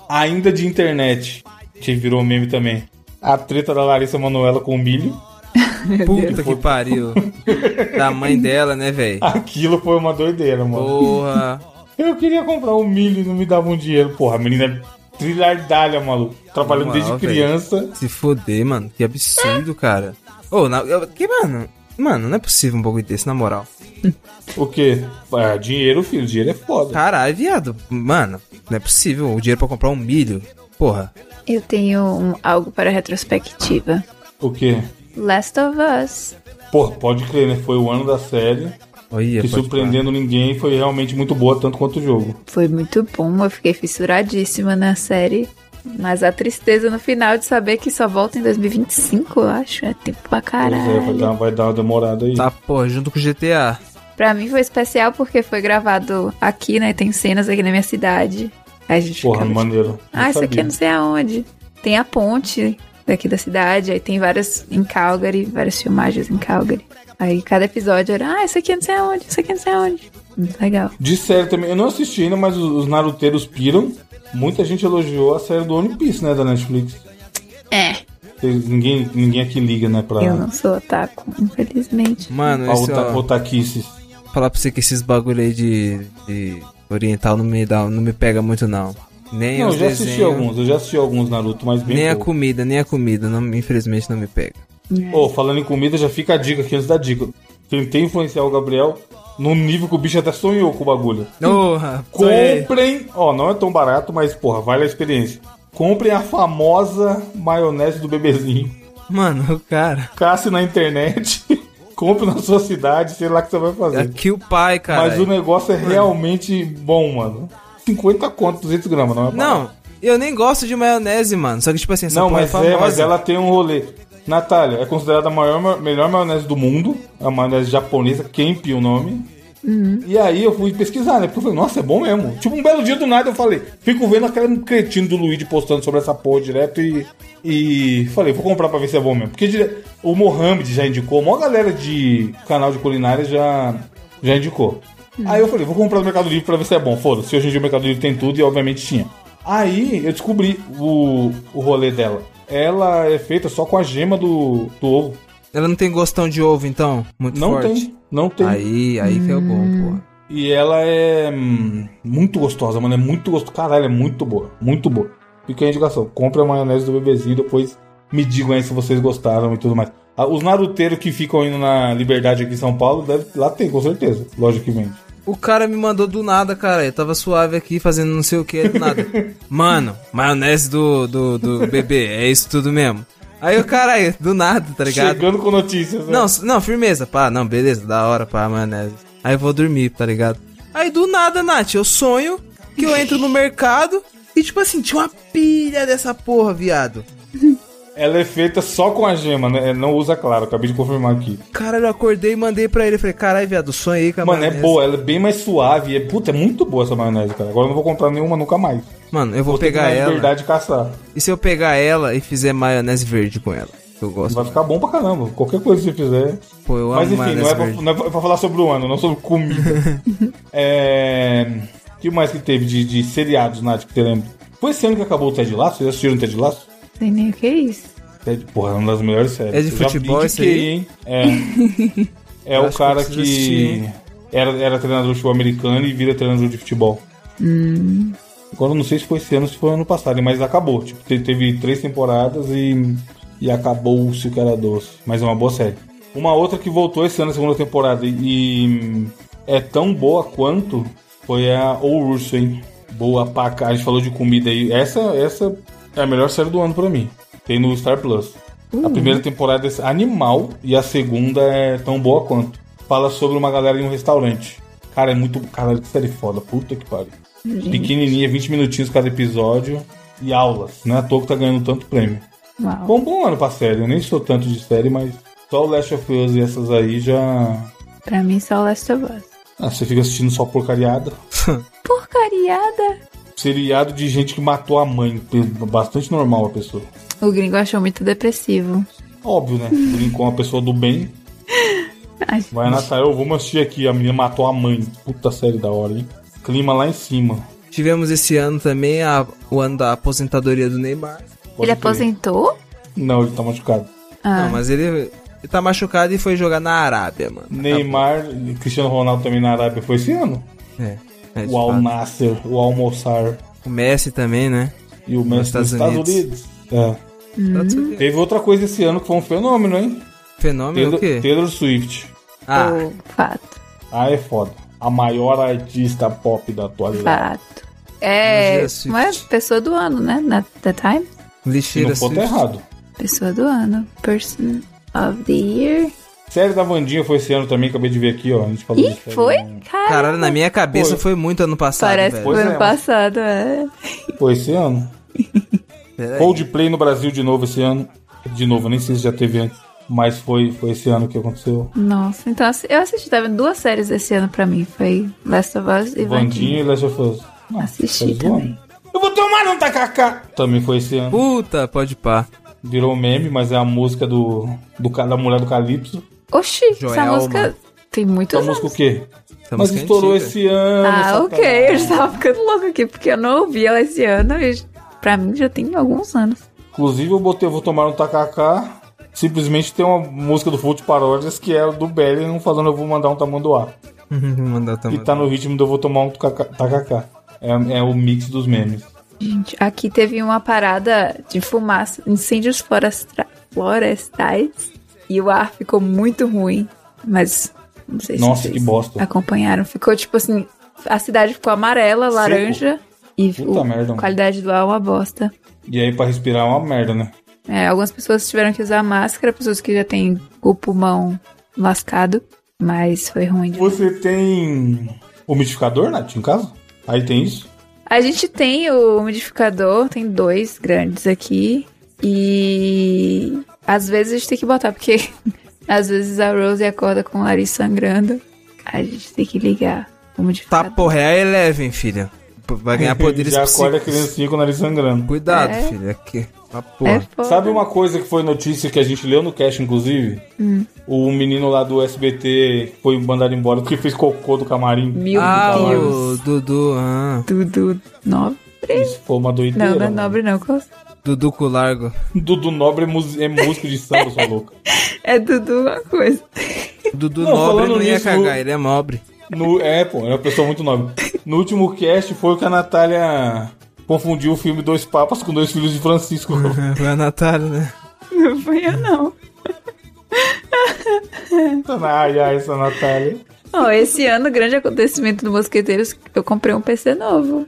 S1: ainda de internet, que virou meme também. A treta da Larissa Manoela com o milho. [LAUGHS]
S2: Puta que pariu. da mãe dela, né, velho?
S1: Ah. Aquilo foi uma doideira, mano.
S2: Porra.
S1: Eu queria comprar um milho e não me dava um dinheiro. Porra, a menina é trilhardalha, maluco. Trabalhando
S2: Uau,
S1: desde
S2: velho.
S1: criança.
S2: Se foder, mano. Que absurdo, cara. Ô, na- eu- que, mano? Mano, não é possível um bagulho desse, na moral.
S1: O quê? É, dinheiro, filho. Dinheiro é foda.
S2: Caralho, viado. Mano, não é possível. O dinheiro pra comprar um milho. Porra.
S3: Eu tenho um- algo para retrospectiva.
S1: O quê?
S3: Last of Us.
S1: Porra, pode crer, né? Foi o ano da série.
S2: Olha,
S1: Que
S2: pode
S1: surpreendendo ninguém, foi realmente muito boa, tanto quanto o jogo.
S3: Foi muito bom, eu fiquei fissuradíssima na série. Mas a tristeza no final de saber que só volta em 2025, eu acho. É tempo pra
S1: Pois é, vai
S3: caralho.
S1: dar, vai dar uma demorada aí.
S2: Tá, porra, junto com o GTA.
S3: Pra mim foi especial porque foi gravado aqui, né? Tem cenas aqui na minha cidade. Aí A gente
S1: Porra,
S3: ficava, tipo,
S1: maneiro.
S3: Ah, isso aqui
S1: sabia.
S3: eu não sei aonde. Tem a ponte daqui da cidade, aí tem várias em Calgary, várias filmagens em Calgary. Aí cada episódio era, ah, isso aqui eu não sei aonde, isso aqui eu não sei aonde. Muito legal.
S1: De série também, eu não assisti ainda, mas os os naruteiros piram. Muita gente elogiou a série do One Piece, né, da Netflix.
S3: É.
S1: Tem- Ninguém, ninguém aqui liga, né, pra,
S3: Eu não sou otaku, infelizmente.
S2: Mano,
S1: pra
S2: isso,
S1: ota,
S2: ó,
S1: otaquices.
S2: falar pra você que esses bagulho aí de, de oriental não me, dá, não me pega muito, não. Nem
S1: Não, eu
S2: os
S1: já assisti
S2: desenhos,
S1: alguns, eu já assisti alguns Naruto, mas bem
S2: nem a
S1: pouco.
S2: comida, nem a comida. Não, infelizmente não me pega.
S1: Ô, falando em comida, já fica a dica aqui antes da dica. Tentei influenciar o Gabriel num nível que o bicho até sonhou com o bagulho.
S2: Porra, foi.
S1: Comprem, ó, não é tão barato, mas porra, vale a experiência. Comprem a famosa maionese do bebezinho.
S2: Mano, o cara.
S1: casse na internet, [LAUGHS] compre na sua cidade, sei lá o que você vai fazer.
S2: Aqui o pai, cara.
S1: Mas o negócio é realmente bom, mano. 50 conto, 200 gramas, não é barato.
S2: Não, eu nem gosto de maionese, mano. Só que, tipo assim, essa
S1: não
S2: porra
S1: mas,
S2: é
S1: é,
S2: famosa.
S1: mas ela tem um rolê. Natália, é considerada a maior, melhor maionese do mundo, a maionese japonesa, Kemp o nome. E aí eu fui pesquisar, né? Porque eu falei, nossa, é bom mesmo. Tipo, um belo dia do nada eu falei, fico vendo aquele cretino do Luigi postando sobre essa porra direto e. E falei, vou comprar pra ver se é bom mesmo. Porque dire- o Mohamed já indicou, a maior galera de canal de culinária já, já indicou. Aí eu falei, vou comprar no Mercado Livre pra ver se é bom. Foda-se, hoje em dia o Mercado Livre tem tudo e obviamente tinha. Aí eu descobri o, o rolê dela. Ela é feita só com a gema do, do ovo.
S2: Ela não tem gostão de ovo, então? Muito
S1: Não
S2: forte.
S1: tem, não tem. Hum.
S2: Aí, aí que é o bom, pô.
S1: E ela é hum, muito gostosa, mano. É muito gostosa. Caralho, é muito boa. Muito boa. Fica a indicação. Compre a maionese do bebezinho, depois me digam aí se vocês gostaram e tudo mais. Ah, Os naruteiros que ficam indo na Liberdade aqui em São Paulo, deve- lá tem, com certeza. Lógico que vende.
S2: O cara me mandou do nada, cara. Eu tava suave aqui fazendo não sei o que,
S1: [LAUGHS]
S2: do nada. Mano, maionese do, do, do bebê, é isso tudo mesmo. Aí o cara aí, do nada, tá ligado?
S1: Chegando com notícias. né?
S2: Não, s- não, firmeza, pá, não, beleza, da hora, pá, maionese. Aí eu vou dormir, tá ligado? Aí do nada, Nath, eu sonho que eu entro no mercado, E tipo assim, tinha uma pilha dessa porra, viado.
S1: Ela é feita só com a gema, né? Não usa claro, acabei de confirmar aqui.
S2: Cara, eu acordei e mandei pra ele. Falei, caralho, viado, sonhei com a
S1: Mano, é
S2: maionese."
S1: boa, ela é bem mais suave. É, puta, é muito boa essa maionese, cara. Agora eu não vou comprar nenhuma nunca mais.
S2: Mano, eu vou,
S1: ter que
S2: pegar
S1: dar
S2: ela.
S1: liberdade de caçar.
S2: E se eu pegar ela e fizer maionese verde com ela? Eu gosto.
S1: Vai ficar bom pra caramba. Qualquer coisa que você fizer.
S2: Pô, eu
S1: Mas enfim,
S2: amo
S1: não
S2: maionese
S1: é, pra,
S2: verde.
S1: não é pra- pra falar sobre o ano, não sobre comida.
S2: [LAUGHS]
S1: é. O que mais que teve de, de seriados, Nath, que você lembra? Foi esse ano que acabou o Ted Lasso? Vocês assistiram o Ted Lasso?
S3: Tem nem o que é isso.
S1: Ted, porra, é uma das melhores séries.
S2: É de
S1: Eu já
S2: futebol
S1: indiquei,
S2: esse aí?
S1: hein?
S2: [LAUGHS]
S1: É. É
S2: Eu
S1: o
S2: acho que eu
S1: cara que,
S2: preciso assistir.
S1: era, era treinador de futebol americano e vira treinador de futebol. Agora eu não sei se foi esse ano ou se foi ano passado, mas acabou. Tipo, te- teve três temporadas e, e acabou-se o que era doce. Mas é uma boa série. Uma outra que voltou esse ano, a segunda temporada, e é tão boa quanto foi a O Urso, hein? Boa pra cá. A gente falou de comida aí. Essa, essa é a melhor série do ano pra mim. Tem no Star Plus. A primeira temporada é animal e a segunda é tão boa quanto. Fala sobre uma galera em um restaurante. Cara, é muito. Caralho, que série foda. Puta que pariu. Pequenininha, 20 minutinhos cada episódio e aulas. Ah. Não é à toa que tá ganhando tanto prêmio.
S3: Uau.
S1: Bom, bom ano pra série. Eu nem sou tanto de série, mas só o Last of Us e essas aí já.
S3: Pra mim, só Last of Us.
S1: Ah, você fica assistindo só porcariada.
S3: Porcariada!
S1: Seriado de gente que matou a mãe. Bastante normal a pessoa.
S3: O gringo achou muito depressivo.
S1: Óbvio, [LAUGHS] né? Brincou uma pessoa do bem.
S3: Ai,
S1: Vai, Natal, vamos assistir aqui. A menina matou a mãe. Puta série da hora, hein? Clima lá em cima.
S2: Tivemos esse ano também a- o ano da aposentadoria do Neymar.
S1: Pode
S3: ele
S1: crer.
S3: aposentou?
S1: Não, ele tá machucado.
S3: Ah,
S2: Não, mas ele, ele tá machucado e foi jogar na Arábia, mano.
S1: Neymar e Cristiano Ronaldo também na Arábia foi esse ano.
S2: É. é de
S1: O Al
S2: fato.
S1: Nasser, o Al Mossar
S2: O Messi também, né? Tá
S1: e o Messi
S2: Estados
S1: dos Estados Unidos. É.
S3: Uhum.
S2: Tanto que-
S1: Teve outra coisa esse ano que foi um fenômeno, hein?
S2: Fenômeno
S1: Taylor,
S2: o quê?
S1: Taylor Swift.
S2: Ah,
S3: o fato,
S1: Ah, é foda. A maior artista pop da atualidade.
S3: fato. É,
S2: Imagina, Swift.
S3: não é pessoa do ano, né? Na, the Time?
S1: Se
S2: lixeira
S1: não for, tá
S2: Swift.
S1: errado.
S3: Pessoa do ano. Person of the Year.
S1: Série da Vandinha foi esse ano também, acabei de ver aqui, ó. A gente falou
S3: Ih,
S1: de série.
S3: foi? Cara,
S2: Caralho, na minha cabeça foi, muito ano passado,
S3: parece que
S2: velho.
S1: Pois
S3: foi
S1: é,
S3: ano
S1: mas-
S3: passado, é.
S1: Foi esse ano.
S2: Peraí.
S1: Coldplay no Brasil de novo esse ano. De novo, nem sei se já teve antes. Mas foi, foi esse ano que aconteceu.
S3: Nossa, então assim, eu assisti, tava vendo duas séries esse ano pra mim. Foi Last of Us e
S1: Vandinha
S3: Vandinha.
S1: e Last of Us. Ah,
S3: Assisti
S1: tá zoando.
S3: também.
S1: Eu vou tomar um tacacá! Também foi esse ano.
S2: Puta, pode pá.
S1: Virou meme, mas é a música do, do ca- da mulher do Calypso.
S3: Oxi, essa
S2: Joelma.
S3: música tem muitos
S1: Essa
S3: anos.
S1: música o quê?
S2: Essa
S1: mas
S2: música é
S1: estourou
S2: antiga.
S1: esse ano.
S3: Ah,
S1: satanás.
S3: ok, eu já tava ficando louco aqui, porque eu não ouvi ela esse ano. E pra mim já tem alguns anos.
S1: Inclusive, eu botei Vou Tomar um Tacacá. Simplesmente tem uma música do Fute Paródias que é do Bellingham falando Eu Vou Mandar um Tamanduá.
S2: [LAUGHS] Vou mandar
S1: E
S2: também.
S1: tá no ritmo do Eu Vou Tomar um Tacacá- Tacacá. É, é o mix dos memes.
S3: Gente, aqui teve uma parada de fumaça, incêndios florestra- florestais. E o ar ficou muito ruim. Mas não sei se
S1: Nossa,
S3: vocês
S1: que bosta.
S3: acompanharam. Ficou tipo assim: a cidade ficou amarela, laranja. E
S1: Puta
S3: o-
S1: merda,
S3: a
S1: mano.
S3: qualidade do ar é uma bosta.
S1: E aí, pra respirar é uma merda, né?
S3: É, algumas pessoas tiveram que usar máscara, pessoas que já têm o pulmão lascado, mas foi ruim. De...
S1: Você tem umidificador, Nath, em casa? Aí tem isso?
S3: A gente tem o umidificador, tem dois grandes aqui, e às vezes a gente tem que botar, porque [LAUGHS] às vezes a Rose acorda com o nariz sangrando, a gente tem que ligar o
S2: Tá,
S3: umidificador.
S2: porra, é a Eleven, filha. P-
S1: [LAUGHS]
S2: Vai ganhar poderes
S1: Já acorda a
S2: psíquicos.
S1: criancinha com o nariz sangrando.
S2: Cuidado,
S3: É.
S2: filha. Aqui. Tá porra.
S3: é foda.
S1: Sabe uma coisa que foi notícia que a gente leu no cast, inclusive?
S3: Hum.
S1: O menino lá do SBT foi mandado embora porque fez cocô do camarim.
S3: Meu
S2: ah,
S3: Deus.
S2: o Dudu. Ah,
S3: Dudu Nobre?
S1: Ah, Isso foi uma doideira.
S3: Não, não é
S1: mano.
S3: Nobre não. qual-
S2: Dudu com largo.
S1: Dudu Nobre é, mus- é músico de samba, sua louca.
S3: É Dudu uma coisa. [LAUGHS]
S2: Dudu
S1: Não,
S2: nobre
S1: falando
S2: não ia
S1: nisso,
S2: cagar,
S1: o-
S2: ele é nobre. [LAUGHS]
S1: No- é, pô, é uma pessoa muito nobre. No último cast foi que a Natália confundiu o filme Dois Papas com Dois Filhos de Francisco. [LAUGHS]
S2: Foi a Natália, né?
S3: Não foi eu não.
S1: ai, ai, essa Natália.
S3: Ó, esse ano, o grande acontecimento do Mosqueteiros, eu comprei um PC novo.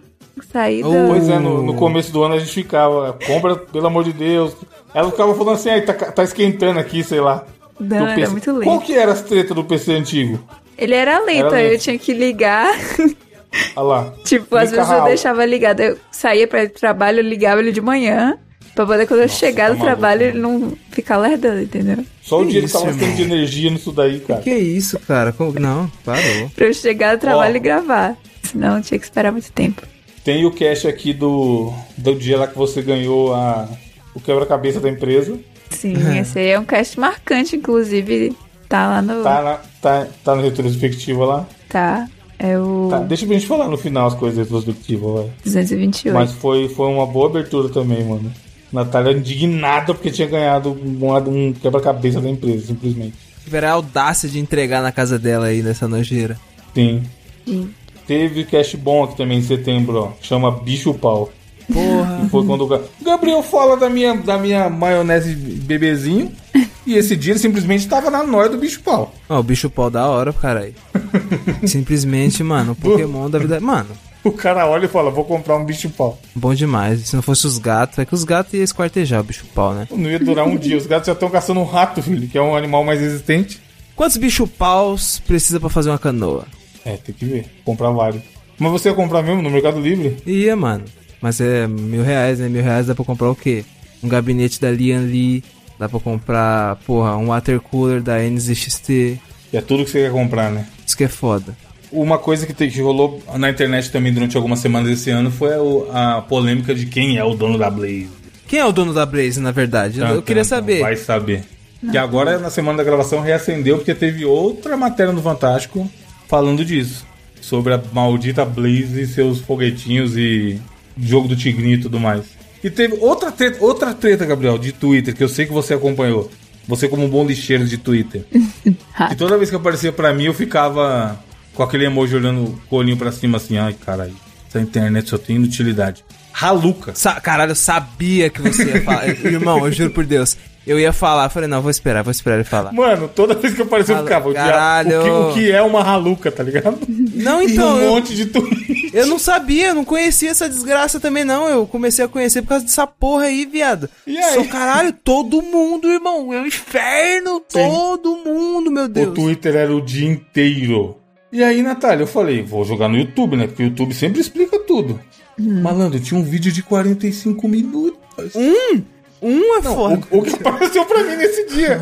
S3: Saí da...
S2: Oh,
S1: Pois é, no,
S3: Hum.
S1: no começo do ano a gente ficava, compra, pelo amor de Deus. Ela ficava falando assim, aí tá, ca- tá esquentando aqui, sei lá.
S3: Não,
S1: Do
S3: era
S1: PC.
S3: muito lento.
S1: Qual que era as tretas do PC antigo?
S3: Ele era lento,
S1: Era
S3: aí eu
S1: lento.
S3: tinha que ligar [LAUGHS]
S1: Olha lá.
S3: Tipo,
S1: Me
S3: às vezes eu
S1: carral.
S3: deixava ligado. Eu saía pra ir pro trabalho, eu ligava ele de manhã. Pra poder, quando eu chegar do
S1: tá maluco,
S3: trabalho, ele não ficar lerdando, entendeu?
S1: Só o
S2: Que
S1: dia que
S2: isso,
S1: tava
S2: irmão?
S1: tendo de energia nisso daí, cara.
S2: Que isso, cara? Como- Não, parou.
S3: Pra eu chegar do trabalho
S1: Ó.
S3: e gravar. Senão eu tinha que esperar muito tempo.
S1: Tem o cash aqui do, do dia lá que você ganhou a, o quebra-cabeça da empresa.
S3: Sim,
S1: Uhum.
S3: esse aí é um cast marcante, inclusive. Tá lá no.
S1: Tá na, tá, tá na retrospectiva lá.
S3: Tá. É o
S1: Tá, deixa pra gente falar no final as coisas retrospectivas, vai.
S3: 228.
S1: Mas foi, foi uma boa abertura também, mano. Natália indignada porque tinha ganhado um, um quebra-cabeça da empresa, simplesmente.
S2: Tiveram a audácia de entregar na casa dela aí nessa nojeira.
S1: Sim.
S3: Sim.
S1: Teve cash bom aqui também em setembro, ó. Chama Bicho Pau.
S2: Porra.
S1: E foi quando o Ga- Gabriel fala da minha, da minha maionese bebezinho. E esse dia ele simplesmente tava na noia do bicho pau.
S2: Ó, o bicho pau da hora, [LAUGHS] caralho. Simplesmente, mano, o Pokémon da vida. Mano,
S1: O cara olha e fala: Vou comprar um bicho pau.
S2: bom demais. Se não fosse os gatos, é que os gatos iam esquartejar o bicho pau, né?
S1: Não ia durar um dia. Os gatos já estão caçando um rato, filho, que é um animal mais resistente.
S2: Quantos bicho paus precisa pra fazer uma canoa?
S1: É, tem que ver. Comprar vários. Mas você ia comprar mesmo no Mercado Livre?
S2: Ia, mano. Mas é mil reais, né? Mil reais dá pra comprar o quê? Um gabinete da Lian Lee. Dá pra comprar, porra, um water cooler da NZXT.
S1: É tudo que você quer comprar, né?
S2: Isso que é foda.
S1: Uma coisa que, te- que rolou na internet também durante algumas semanas esse ano foi o- a polêmica de quem é o dono da Blaze.
S2: Quem é o dono da Blaze, na verdade? Eu-
S1: Tan,
S2: eu queria
S1: tan, tan.
S2: saber.
S1: Tá, Então, Vai saber. E agora, na semana da gravação, reacendeu porque teve outra matéria no Fantástico falando disso. Sobre a maldita Blaze e seus foguetinhos e jogo do tigrinho e tudo mais. E teve outra treta, outra treta, Gabriel, de Twitter, que eu sei que você acompanhou. Você como um bom lixeiro de Twitter. E toda vez que aparecia pra mim, eu ficava com aquele emoji olhando com o olhinho pra cima assim, ai caralho, essa internet só tem inutilidade. Raluca.
S2: Sa- caralho, eu sabia que você ia falar. [LAUGHS] Irmão, eu juro por Deus. Eu ia falar, falei, não, vou esperar, vou esperar ele
S1: [LAUGHS]
S2: falar.
S1: Mano, toda vez que apareceu, eu
S2: Fala,
S1: ficava. o dia-
S2: caralho.
S1: O que, o que é uma raluca, tá ligado?
S2: Não,
S1: E
S2: [LAUGHS] então,
S1: um
S2: eu-
S1: monte de tweet.
S2: Eu não sabia, eu não conhecia essa desgraça também, não. Eu comecei a conhecer por causa dessa porra aí, viado.
S1: E aí?
S2: Só, caralho, todo mundo, irmão. É um inferno, todo mundo, meu
S1: O
S2: Deus.
S1: Twitter era o dia inteiro. E aí, Natália, eu falei, vou jogar no YouTube, né? Porque o YouTube sempre explica tudo.
S2: Hum.
S1: Malandro, tinha um vídeo de 45 minutos.
S2: Um é foda.
S1: O, o que apareceu pra mim nesse dia.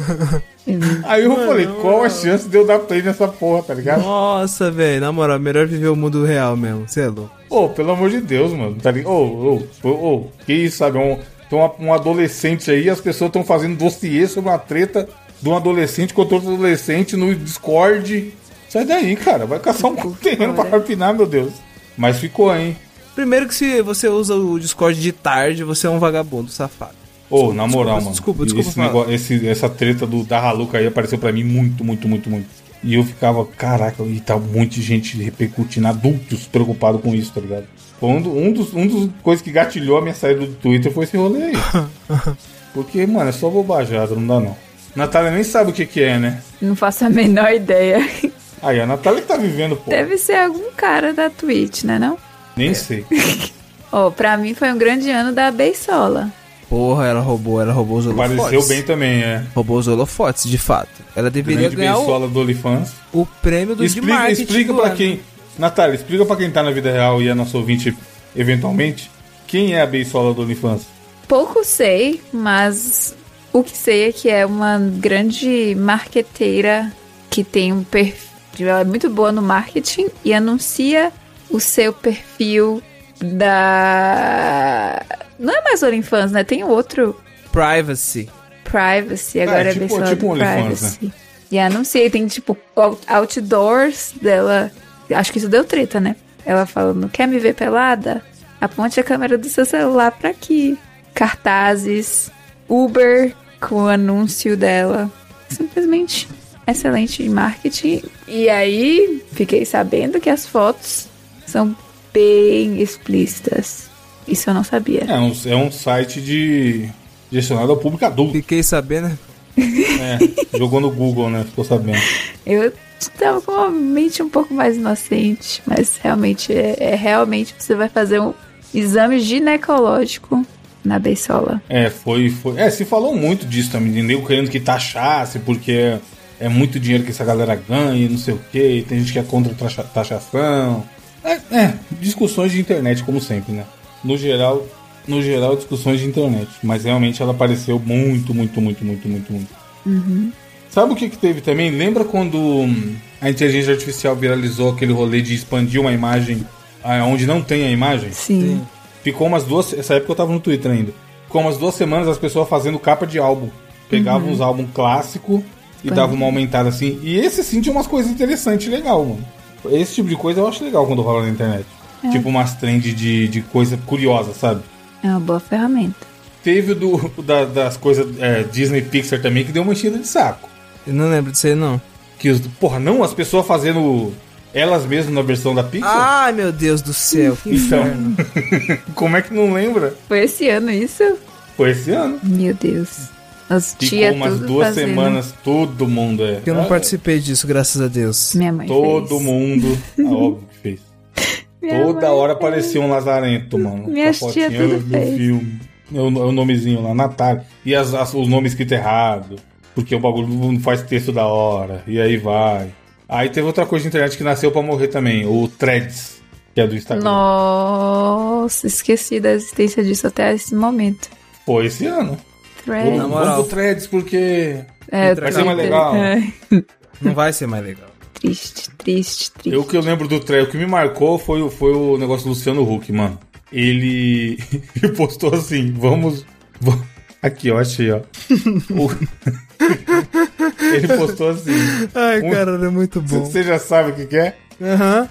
S1: aí eu falei, qual a chance de eu dar play nessa porra, tá ligado?
S2: Nossa, velho, na moral, melhor viver o mundo real mesmo, cê é louco.
S1: Ô, pelo amor de Deus, mano. Tá ligado? Ô, ô, ô, ô, que isso, sabe? Um, tem uma- um adolescente aí, as pessoas estão fazendo dossiê sobre uma treta de um adolescente contra outro adolescente no Discord. Sai daí, cara. Vai caçar um terreno pra rapinar, meu Deus. Mas ficou, hein?
S2: Primeiro que se você usa o Discord de tarde, você é um vagabundo safado.
S1: Ô, na moral,
S2: desculpa,
S1: mano.
S2: desculpa
S1: esse
S2: falar.
S1: negócio, esse- essa treta do da Haluca aí apareceu pra mim muito, muito, muito, muito. E eu ficava, caraca, e tá um monte de gente repercutindo, adultos preocupado com isso, tá ligado? Foi um, do- um dos, um dos coisas que gatilhou a minha saída do Twitter foi esse rolê aí.
S2: [LAUGHS]
S1: Porque, mano, é só bobajada, não dá não. Natália nem sabe o que que é, né?
S3: Não faço a menor ideia. [LAUGHS]
S1: Aí, a Natália que tá vivendo, pô.
S3: Deve ser algum cara da Twitch, né não?
S1: Nem sei.
S3: Ó, pra mim foi um grande ano da Beisola.
S2: Porra, ela roubou, ela roubou os holofotes.
S1: Apareceu bem também, é.
S2: Roubou os holofotes, de fato. Ela deveria
S1: Grande
S2: ganhar o,
S1: beisola do OnlyFans.
S2: o prêmio do de
S1: Explica,
S2: marketing.
S1: explica
S2: do
S1: pra
S2: ano.
S1: quem. Natália, explica pra quem tá na vida real e é nosso ouvinte eventualmente. Quem é a beisola do OnlyFans?
S3: Pouco sei, mas o que sei é que é uma grande marqueteira que tem um perfil. Ela é muito boa no marketing e anuncia o seu perfil da. Não é mais OnlyFans, né? Tem outro
S2: Privacy.
S3: privacy, agora é,
S1: tipo-
S3: pessoal
S1: tipo
S3: do
S1: OnlyFans,
S3: privacy. E anunciei, tem tipo out- outdoors dela. Acho que isso deu treta, né? Ela falando, quer me ver pelada? Aponte a câmera do seu celular pra aqui. Cartazes, Uber com o anúncio dela. Simplesmente excelente de marketing. E aí, fiquei sabendo que as fotos são bem explícitas. Isso eu não sabia.
S1: É um, é um site de. Gestionado ao público adulto,
S2: Fiquei sabendo. [LAUGHS]
S1: né? Jogou no Google, né? Ficou sabendo.
S3: Eu estava com uma mente um pouco mais inocente, mas realmente é, é realmente você vai fazer um exame ginecológico na beisola.
S1: É, foi, foi. É, se falou muito disso também, de nego querendo que taxasse, porque é, é muito dinheiro que essa galera ganha, e não sei o quê, e tem gente que é contra taxa- taxação. É, é, discussões de internet, como sempre, né? No geral, no geral, discussões de internet. Mas realmente ela apareceu muito, muito, muito, muito, muito, muito. Sabe o que, que teve também? Lembra quando hum, a inteligência artificial viralizou aquele rolê de expandir uma imagem ah, onde não tem a imagem?
S3: Sim.
S1: Ficou umas duas. Essa época eu tava no Twitter ainda. Ficou umas duas semanas as pessoas fazendo capa de álbum. Pegavam os álbuns clássicos e davam uma aumentada assim. E esse sim tinha umas coisas interessantes e legal, mano. Esse tipo de coisa eu acho legal quando rola na internet. Tipo umas trends de, de coisa curiosa, sabe?
S3: É uma boa ferramenta.
S1: Teve o do, o da- das coisas é, Disney Pixar também que deu uma enchida de saco.
S2: Eu não lembro disso aí, não.
S1: Que os, porra, não, as pessoas fazendo elas mesmas na versão da Pixar?
S2: Ai, meu Deus do céu, que
S1: Então.
S2: Ah, inferno.
S1: [LAUGHS] Como é que não lembra?
S3: Foi esse ano isso?
S1: Foi esse ano.
S3: Meu Deus. As
S1: Ficou
S3: tia
S1: umas
S3: tudo
S1: duas
S3: fazendo.
S1: semanas, todo mundo é.
S2: Eu
S1: Ah, é,
S2: não participei disso, graças a Deus.
S3: Minha mãe
S1: Todo
S3: fez.
S1: mundo. Ah, óbvio que fez.
S3: [LAUGHS] Minha
S1: Toda
S3: mãe
S1: hora
S3: fez.
S1: aparecia um lazarento, mano.
S3: Minhas
S1: Com a
S3: tia
S1: fotinha,
S3: tudo
S1: eu vi o
S3: fez.
S1: filme. Eu- eu- O nomezinho lá, Natália. E as, as- os nomes escritos errado. Porque o bagulho não faz texto da hora. E aí vai. Aí teve outra coisa de internet que nasceu pra morrer também. O Threads, que é do Instagram.
S3: Nossa, esqueci da existência disso até esse momento.
S1: Foi esse ano.
S3: Thread.
S2: Na
S1: Vamos,
S2: moral.
S1: vamos pro Threads, porque...
S3: é,
S2: vai
S1: ser mais
S3: Twitter.
S1: legal.
S3: É.
S2: Não vai ser mais legal.
S3: Triste, triste, triste.
S1: Eu que eu lembro do Threads. O que me marcou foi, o- foi o negócio do Luciano Huck, mano. Ele, [LAUGHS] ele postou assim, vamos... [LAUGHS] va- Aqui, ó, achei, ó. O- [LAUGHS] ele postou assim...
S2: Ai,
S1: Um-
S2: cara, é muito bom.
S1: Você já sabe o que, que é?
S2: Aham.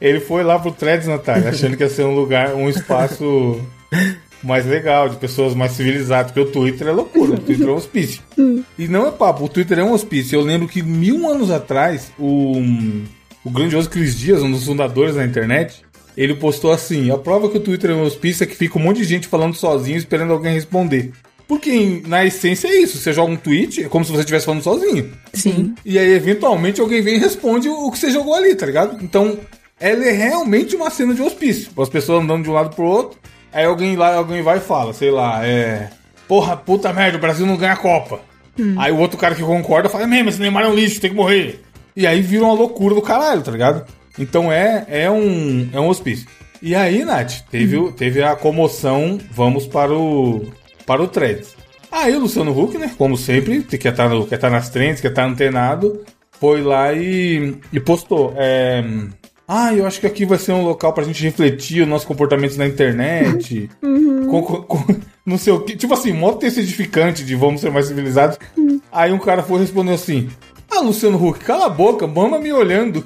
S1: Ele foi lá pro Threads, Natália, achando que ia ser um lugar, um espaço mais legal, de pessoas mais civilizadas, porque o Twitter é loucura, o Twitter é um hospício. E não é papo, o Twitter é um hospício. Eu lembro que mil anos atrás, o, o grandioso Cris Dias, um dos fundadores da internet, ele postou assim: a prova que o Twitter é um hospício é que fica um monte de gente falando sozinho esperando alguém responder. Porque em- na essência é isso, você joga um tweet, é como se você estivesse falando sozinho.
S3: Sim.
S1: E aí, eventualmente, alguém vem e responde o o que você jogou ali, tá ligado? Então, ela é realmente uma cena de hospício. As pessoas andando de um lado pro outro, aí alguém lá, alguém vai e fala, sei lá, é. Porra, puta merda, o Brasil não ganha a Copa. Aí o outro cara que concorda fala, mesmo, esse Neymar é um lixo, tem que morrer. E aí vira uma loucura do caralho, tá ligado? Então é, é, um, é um hospício. E aí, Nath, teve, o- teve a comoção, vamos para o. para o Threads. Aí o Luciano Huck, né? Como sempre, te- quer estar quer tá nas trends, quer estar antenado, foi lá e, e postou. é, ah, eu acho que aqui vai ser um local pra gente refletir os nossos comportamentos na internet. com- com- com- não sei o que. Tipo assim, mó texto edificante de vamos ser mais civilizados. Aí um cara foi e respondeu assim. Ah, Luciano Huck, cala a boca, mama me olhando.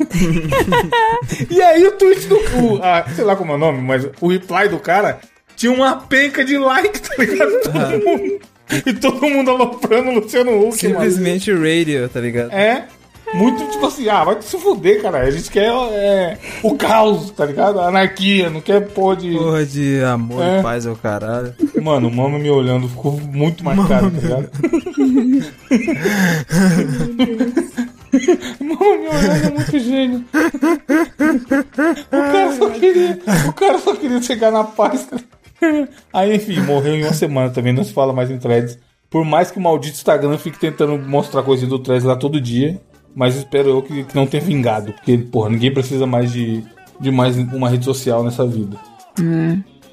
S1: e aí o tweet do. O, a- sei lá como é o nome, mas o reply do cara tinha uma penca de like, tá ligado? Todo mundo. E todo mundo aloprando o Luciano Huck, mano.
S2: Simplesmente radio, tá ligado?
S1: É. Muito tipo assim, ah, vai se fuder, cara. A gente quer é, o caos, tá ligado? A anarquia, não quer pôr de.
S2: Porra de amor
S1: É.
S2: e paz ao caralho.
S1: Mano, o Mama me olhando ficou muito marcado, tá ligado? [LAUGHS] Mama me olhando é muito gênio. O cara só queria, o cara só queria chegar na paz. tá ligado? Aí, enfim, morreu em uma semana também, não se fala mais em threads. Por mais que o maldito Instagram fique tentando mostrar coisinha do threads lá todo dia, mas espero eu que, que não tenha vingado, porque, porra, ninguém precisa mais de, de mais uma rede social nessa vida.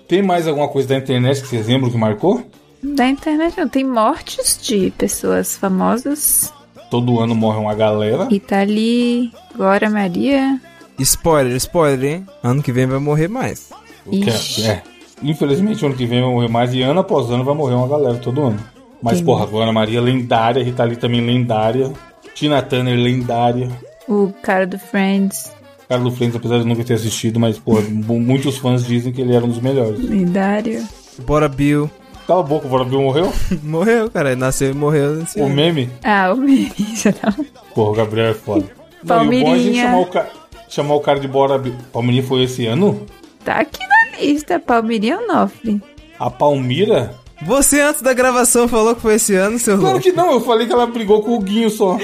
S1: Tem mais alguma coisa da internet que vocês lembram que marcou?
S3: Da internet não. Tem mortes de pessoas famosas.
S1: Todo ano morre uma galera.
S3: Rita Lee, Glória Maria.
S2: Spoiler, spoiler, hein? Ano que vem vai morrer mais.
S1: Que
S3: Ixi.
S1: é, é. Infelizmente, ano que vem vai morrer mais. E ano após ano vai morrer uma galera todo ano. Mas,
S3: Tem.
S1: porra, agora Maria lendária, Rita Lee também lendária. Tina Turner lendária.
S3: O cara do Friends,
S1: Carlos Frentes, apesar de eu nunca ter assistido, mas, porra, mu- muitos fãs dizem que ele era um dos melhores.
S3: lendário.
S2: Bora, Bill. [LAUGHS]
S1: Cala a boca, o Vorabil morreu?
S2: Morreu, cara. Ele nasceu e morreu. nesse
S1: O
S2: ano.
S1: meme?
S3: Ah, o [LAUGHS] menino já tá.
S1: Porra, o Gabriel é foda. Não, e o bom é a gente
S3: Palmeirinha.
S1: chamar o, ca... chamar o cara de Bora Bill. Palmeirinha foi esse ano?
S3: Tá aqui na lista, Palmeirinha Onofre.
S1: A Palmira?
S2: Você antes da gravação falou que foi esse ano, seu
S1: Claro
S2: louco.
S1: que não, eu falei que ela brigou com o Guinho só.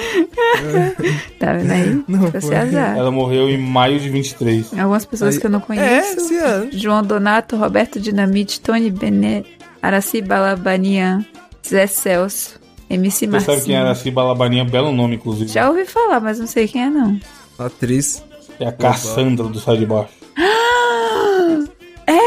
S3: Tá
S1: [LAUGHS]
S3: vendo aí?
S2: Não
S3: Pra
S1: é.
S2: foi.
S3: ser azar.
S1: Ela morreu em maio de 23.
S3: Algumas pessoas
S2: Aí-
S3: que eu não
S2: É,
S3: conheço.
S2: esse ano.
S3: João Donato, Roberto Dinamite, Tony Benet, Araci Balabanian, Zé Celso, MC
S1: Você sabe quem
S3: Marcinho.
S1: era Ciba Labaninha? Belo nome, inclusive.
S3: Já ouvi falar, mas não sei quem é não.
S2: Atriz.
S1: É a Cassandra do Sai de Baixo.
S3: É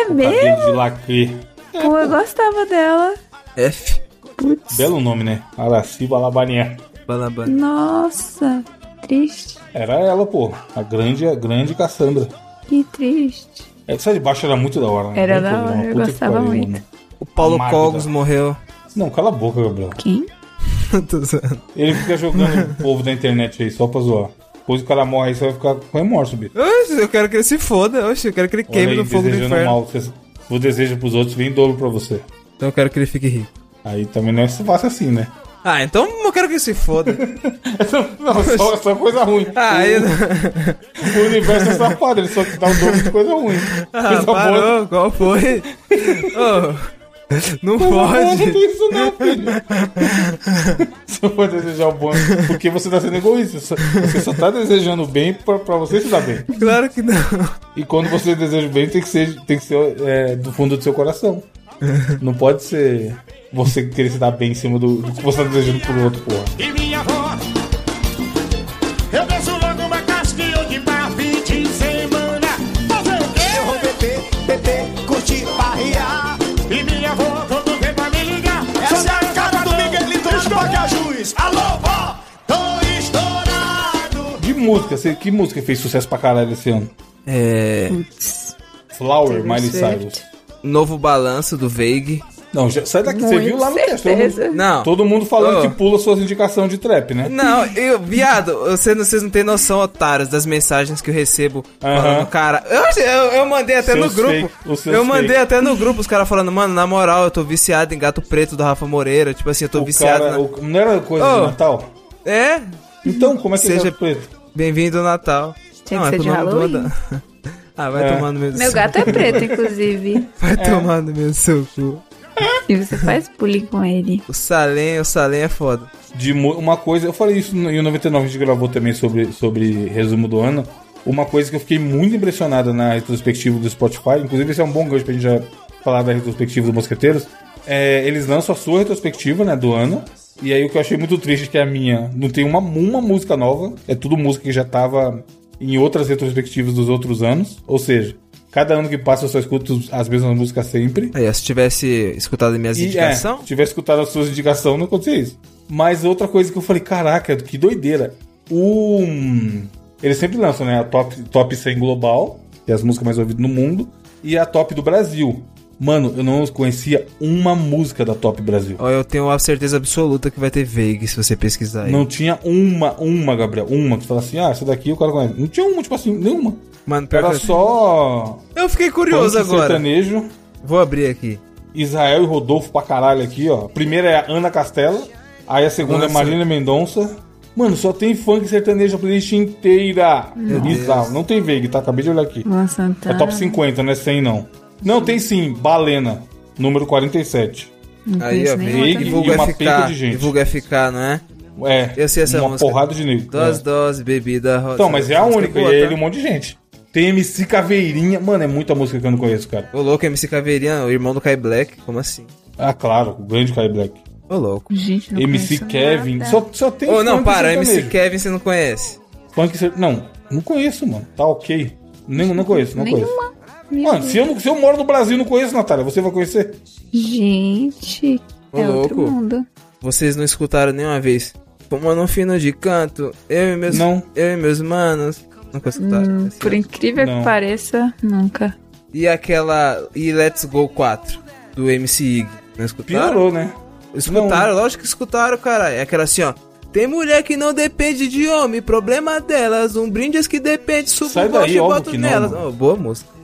S1: o cabelo
S3: mesmo?
S1: de lacre.
S3: Pô, eu gostava dela.
S2: F.
S3: Putz.
S1: Belo nome, né? Araci Balabanier.
S2: Balabana.
S3: Nossa, triste.
S1: Era ela, pô. A grande, a grande Cassandra.
S3: Que triste.
S1: Essa de baixo era muito da hora, né?
S3: Era
S1: Muito
S3: da hora,
S1: programa.
S3: eu
S1: Puta que
S3: gostava
S1: pariu,
S3: muito.
S1: mano.
S2: O Paulo
S1: Magda.
S2: Cogos morreu. [LAUGHS]
S1: Não, cala a boca, Gabriel.
S3: Quem?
S2: Tô zoando.
S1: Ele fica jogando o [LAUGHS] povo da internet aí, só pra zoar. Depois o cara morre aí, você vai ficar com remorso, bicho.
S2: Oxe, eu quero que ele se foda. Oxe, eu quero que ele
S1: Olha
S2: queime
S1: aí,
S2: no fogo do
S1: desejando
S2: inferno.
S1: mal. Você- O desejo pros outros vem em dobro pra você.
S2: Então eu quero que ele fique rico.
S1: Aí também não é fácil assim, né?
S2: Ah, então eu quero que ele se foda.
S1: [LAUGHS] Não, só, só coisa ruim.
S2: ah, eu...
S1: O universo é safado, ele só dá um dobro de coisa ruim.
S2: ah
S1: Coisa boa.
S2: parou, qual
S1: [LAUGHS]
S2: foi? Ô, não
S1: Coisa boa, não
S2: pode.
S1: tem isso não, filho. Você pode desejar o bom, porque você tá sendo egoísta. Só- Você só tá desejando o bem pra, pra você se dar bem.
S2: Claro que não.
S1: E quando você deseja o bem, tem que ser, tem que ser é, do fundo do seu coração. Não pode ser você querer se dar bem em cima do, do que você tá desejando pro outro, porra.
S7: e minha avó. Eu desço logo uma casquinha de pra fim de semana. Fazer o quê? Eu vou beber, beber, curtir, barrear. E minha avó, quando vem pra me ligar, essa é a cara do Miguelito de Pacajus. Alô, vó, tô estourado.
S1: De música, você, que música fez sucesso pra caralho esse ano?
S2: É.
S3: Putz.
S1: Flower,
S3: Taylor
S1: Miley
S3: Swift.
S1: Cyrus.
S2: Novo balanço do Veig.
S1: Não, já, sai daqui, você
S3: Muito
S1: viu lá no texto. né? Todo
S3: certeza.
S1: mundo,
S2: Não.
S1: todo mundo falando
S2: Oh.
S1: que pula suas indicações de trap, né?
S2: Não, eu, viado, você, não- vocês não têm noção, otários, das mensagens que eu recebo falando, cara. Eu, eu, eu mandei até
S1: Seus
S2: no grupo.
S1: fake, os seus
S2: eu mandei
S1: fake.
S2: até no grupo os caras falando, mano, na moral, eu tô viciado em gato preto do Rafa Moreira. Tipo assim, eu tô
S1: o
S2: viciado.
S1: cara, é
S2: na-
S1: o- não era coisa de
S2: Oh.
S1: Natal?
S2: É?
S1: Então, como é que
S2: Seja-
S1: é gato preto?
S2: Bem-vindo ao Natal. é
S3: Tem que ser de
S2: nome do
S3: Halloween.
S2: Oda- [LAUGHS] Ah, vai
S1: É.
S2: tomar no meio do
S3: Meu
S2: seu
S3: gato é preto, inclusive.
S2: Vai tomar no meio do seu cu.
S3: E você faz bullying com ele.
S2: O Salem, o Salem é foda.
S1: De mu- uma coisa, eu falei isso no- em 99, a gente gravou também sobre, sobre resumo do ano. Uma coisa que eu fiquei muito impressionada na retrospectiva do Spotify, inclusive esse é um bom gancho pra gente já falar da retrospectiva do Mosqueteiros. É, eles lançam a sua retrospectiva, né, do ano. E aí o que eu achei muito triste é que a minha não tem uma, uma música nova, é tudo música que já tava em outras retrospectivas dos outros anos. Ou seja, cada ano que passa eu só escuto as mesmas músicas sempre.
S2: Aí, ó, se tivesse escutado minhas
S1: E, é,
S2: indicações.
S1: se tivesse escutado as suas indicações, não acontecia isso. Mas outra coisa que eu falei, caraca, que doideira. O... Eles sempre lançam, né? A top, top 100 global, que é as músicas mais ouvidas no mundo, e a top do Brasil. Mano, eu não conhecia uma música da top Brasil.
S2: Ó, eu tenho a certeza absoluta que vai ter Veig se você pesquisar aí.
S1: Não tinha uma, uma, Gabriel. Uma que fala assim, ah, essa daqui o cara conhece. Não tinha uma, tipo assim, nenhuma.
S2: Mano, pior
S1: Era
S2: que eu-
S1: só.
S2: Eu fiquei curioso
S1: funk
S2: agora.
S1: sertanejo.
S2: Vou abrir aqui.
S1: Israel e Rodolfo pra caralho aqui, ó. A primeira é a Ana Castela, aí a segunda é
S2: Nossa.
S1: Marina Mendonça. Mano, só tem funk sertanejo a playlist inteira. Bizarro. Não tem Veg, tá? Acabei de olhar aqui.
S3: Luan
S1: É
S3: Santana.
S1: top
S2: Tá.
S1: 50, não é 100 não. Não, tem sim. Balena, número 47.
S3: Não
S2: Aí,
S3: conheço
S2: ó,
S3: nenhuma
S1: Veig.
S3: também.
S1: E
S2: Divulga
S1: uma pica
S2: FK.
S1: de gente.
S2: Divulga FK, não é?
S1: É,
S2: Eu sei essa
S1: uma
S2: música.
S1: porrada de negro.
S2: Dose,
S1: É.
S2: dose, bebida, rosa.
S1: Então, mas é a
S2: Essa música
S1: única.
S2: boa,
S1: e
S2: tá?
S1: ele e um monte de gente. Tem MC Caveirinha. Mano, é muita música que eu não conheço, cara.
S2: Ô, louco, MC Caveirinha, o irmão do Kai Black. Como assim?
S1: Ah, claro. O grande Kai Black.
S2: Ô, louco.
S3: Gente, não
S1: MC
S3: conheço
S1: Kevin.
S3: nada.
S1: Só, só tem
S2: Ô, não,
S1: funk
S2: para. MC
S1: sertanejo.
S2: Kevin você não conhece.
S1: Funk ser... Não, não conheço, mano. Tá ok. Nem, não conheço, não
S3: Nenhuma.
S1: conheço.
S3: Meu
S1: Mano, se eu, não- se eu moro no Brasil e não conheço, Natália, você vai conhecer?
S3: Gente,
S2: Ô,
S3: é outro
S2: louco.
S3: mundo.
S2: Vocês não escutaram nenhuma vez. Fumando um fino de canto, eu e meus...
S1: Não.
S2: Eu e meus manos. Nunca escutaram.
S3: Hum,
S2: essa.
S3: por incrível
S1: Não.
S3: que pareça, nunca.
S2: assim. E aquela... E Let's Go 4, do MC Ig. Não escutaram?
S1: Piorou, né?
S2: Escutaram, lógico que escutaram, cara. É aquela assim, ó. Tem mulher que não depende de homem, problema delas. Um brindes que depende, subo
S1: Sai
S2: o rosto
S1: daí,
S2: e
S1: óbvio
S2: boto
S1: que não,
S2: nelas.
S1: mano.
S2: Ó, boa música.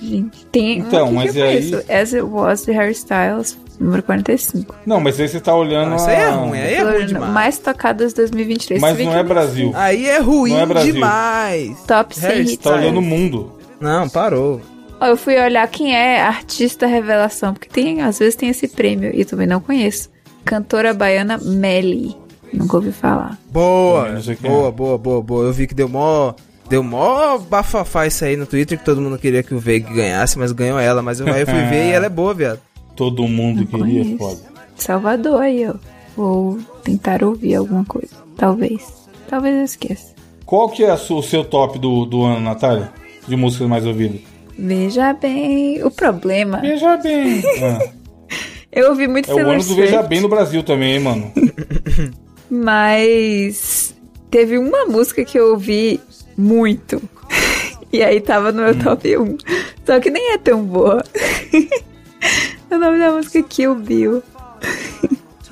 S3: Gente, tem
S1: Então,
S3: uma
S1: mas
S3: aqui que
S1: e
S3: eu
S1: aí?
S3: conheço. As It Was, de Harry Styles, número 45.
S1: Não, mas aí você tá olhando.
S2: Não, isso aí é
S1: a-
S2: ruim, aí é ruim demais.
S3: mais tocadas de 2023.
S1: Mas
S3: Se bem
S1: não
S3: que
S1: é
S3: eu nem
S1: Brasil.
S2: Aí é ruim
S1: Não é Brasil.
S2: demais.
S3: Top 100
S2: Harry
S3: hits.
S1: Tá olhando o
S3: né?
S1: mundo.
S2: Não, parou.
S3: Ó, Eu fui olhar quem é artista revelação, porque tem, às vezes tem esse prêmio, e também não conheço. Cantora baiana Melly. Nunca ouvi falar.
S2: Boa,
S1: Não sei o que é.
S2: boa, boa, boa, boa. Eu vi que deu mó... Deu mó bafafá isso aí no Twitter, que todo mundo queria que o Veig ganhasse, mas ganhou ela. Mas eu,
S1: [LAUGHS]
S2: aí eu fui ver e ela é boa, viado.
S1: Todo mundo queria,
S3: conheço.
S1: é foda.
S3: Salvador aí, ó. Vou tentar ouvir alguma coisa. Talvez. Talvez eu esqueça.
S1: Qual que é a sua- o seu top do, do ano, Natália? De músicas mais ouvidas?
S3: Veja bem. O problema.
S1: Veja bem. Ah,
S3: Eu ouvi muito
S1: É o
S3: Taylor
S1: ano do Veja
S3: Swift,
S1: Bem no Brasil também, hein, mano.
S3: mas teve uma música que eu ouvi muito. [LAUGHS] E aí tava no meu top 1. Só que nem é tão boa. [LAUGHS] o nome da música é Kill Bill.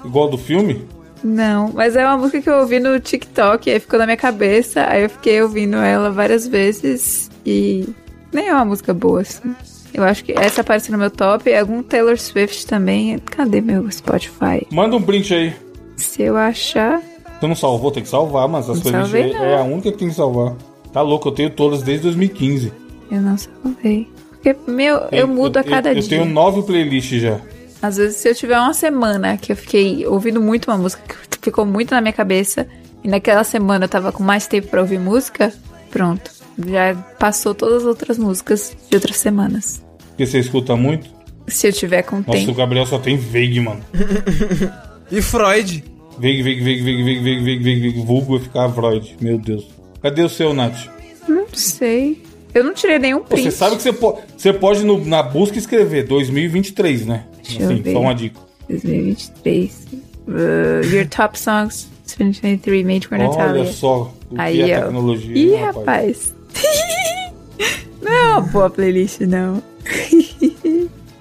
S1: Igual do filme?
S3: Não, mas é uma música que eu ouvi no TikTok, aí ficou na minha cabeça, aí eu fiquei ouvindo ela várias vezes e nem é uma música boa, assim. Eu acho que essa aparece no meu top, e algum Taylor Swift também. Cadê meu Spotify?
S1: Manda um print aí.
S3: Se eu achar.
S1: Tu Então não salvou, tem que salvar, mas as
S3: Não
S1: coisas
S3: salvei,
S1: é,
S3: não.
S1: é a única que tem que salvar. Tá louco, eu tenho todas desde 2015.
S3: Eu não salvei. Porque, meu, eu mudo a cada
S1: eu,
S3: dia.
S1: Eu tenho um- nove playlists já.
S3: Às vezes, se eu tiver uma semana que eu fiquei ouvindo muito uma música que [LAUGHS] ficou muito na minha cabeça, e naquela semana eu tava com mais tempo pra ouvir música, pronto. Já passou todas as outras músicas de outras semanas.
S1: Porque você escuta muito.
S3: Se eu tiver com
S1: Nossa, o
S3: tempo.
S1: Gabriel só tem Veig, mano.
S2: E Freud?
S1: Veig, Veig, Veig, Veig, Veig, Veig, Veig, Veig, Veig. Vulgo vai ficar Freud. Meu Deus. Cadê o seu, Nath?
S3: Não sei. Eu não tirei nenhum
S1: Pô,
S3: print.
S1: Você sabe que você, po- você pode, no- na busca, escrever 2023, né?
S3: eu
S1: Assim,
S3: ver.
S1: só uma dica.
S3: 2023. Uh, your top songs 2023 made for
S1: Olha
S3: Natalia.
S1: só o
S3: Aí,
S1: que é
S3: ó.
S1: tecnologia.
S3: Ih,
S1: hein,
S3: rapaz. [LAUGHS] não é uma boa playlist, não. [LAUGHS]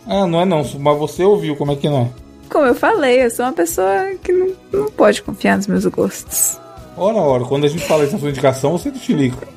S1: Ah, não é não, mas você ouviu, como é que não é?
S3: Como eu falei, eu sou uma pessoa que não, não pode confiar nos meus gostos.
S1: Ora, ora, quando a gente fala isso na sua indicação, você desfilica.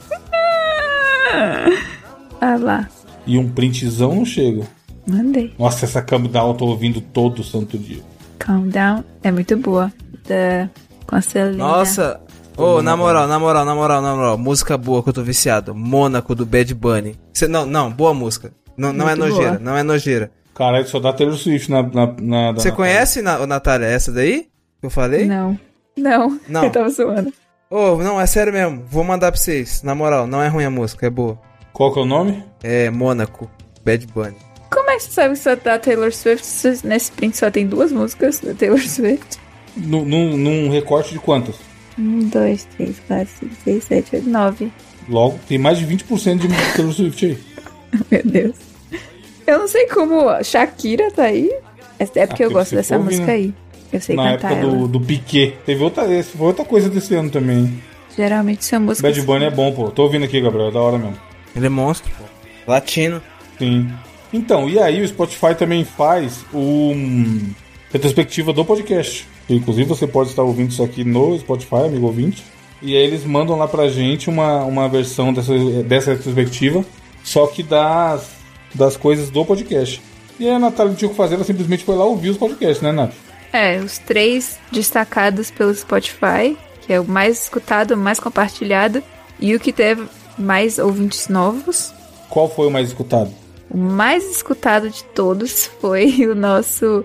S3: Ah lá,
S1: E um printzão não chega.
S3: mandei.
S1: Nossa, essa Calm Down eu tô ouvindo todo santo dia.
S3: Calm down. É muito boa. Da com a Selena.
S2: Nossa. Ô, na moral, na moral, na moral, na moral. Música boa que eu tô viciado. Mônaco do Bad Bunny. Cê- não, não, boa música. Não, não é
S3: Muito
S2: nojeira,
S3: boa.
S2: não é nojeira.
S1: Caralho, só dá Taylor Swift na... na, na-
S2: Você
S1: na-
S2: conhece, na, ô, Natália, essa daí? Que eu falei?
S3: Não. Não.
S2: Não.
S3: [LAUGHS] Eu tava zoando.
S2: Ô, não, é sério mesmo. Vou mandar pra vocês. Na moral, não é ruim a música, é boa.
S1: Qual que é o nome?
S2: É Mônaco, Bad Bunny.
S3: Como é que você sabe que só tá Taylor Swift? se Nesse print só tem duas músicas da Taylor Swift.
S1: Num, num- num recorte de quantas?
S3: Um, dois, três, quatro, cinco, seis, sete, oito, nove.
S1: Logo, tem mais de 20% de Taylor Swift aí.
S3: Meu Deus. Eu não sei como a Shakira tá aí. É é porque
S1: Ah,
S3: eu
S1: porque
S3: gosto
S1: você
S3: dessa
S1: ouve,
S3: música
S1: né?
S3: aí. Eu sei
S1: Na
S3: cantar
S1: época
S3: ela.
S1: do, do Piquet. Teve outra, esse foi outra coisa desse ano também. hein?
S3: Geralmente são músicas.
S1: Bad Bunny é bom, pô. Tô ouvindo aqui, Gabriel. É da hora mesmo.
S2: Ele é monstro, pô. Latino.
S1: Sim. Então, e aí o Spotify também faz um retrospectiva do podcast. Inclusive, você pode estar ouvindo isso aqui no Spotify, amigo ouvinte. E aí eles mandam lá pra gente uma, uma versão dessa, dessa retrospectiva, só que das, das coisas do podcast. E aí a Natália não tinha o que fazer, ela simplesmente foi lá ouvir os podcasts, né, Nath?
S3: É, os três destacados pelo Spotify, que é o mais escutado, o mais compartilhado, e o que teve mais ouvintes novos.
S1: Qual foi o mais escutado?
S3: O mais escutado de todos foi [LAUGHS] o nosso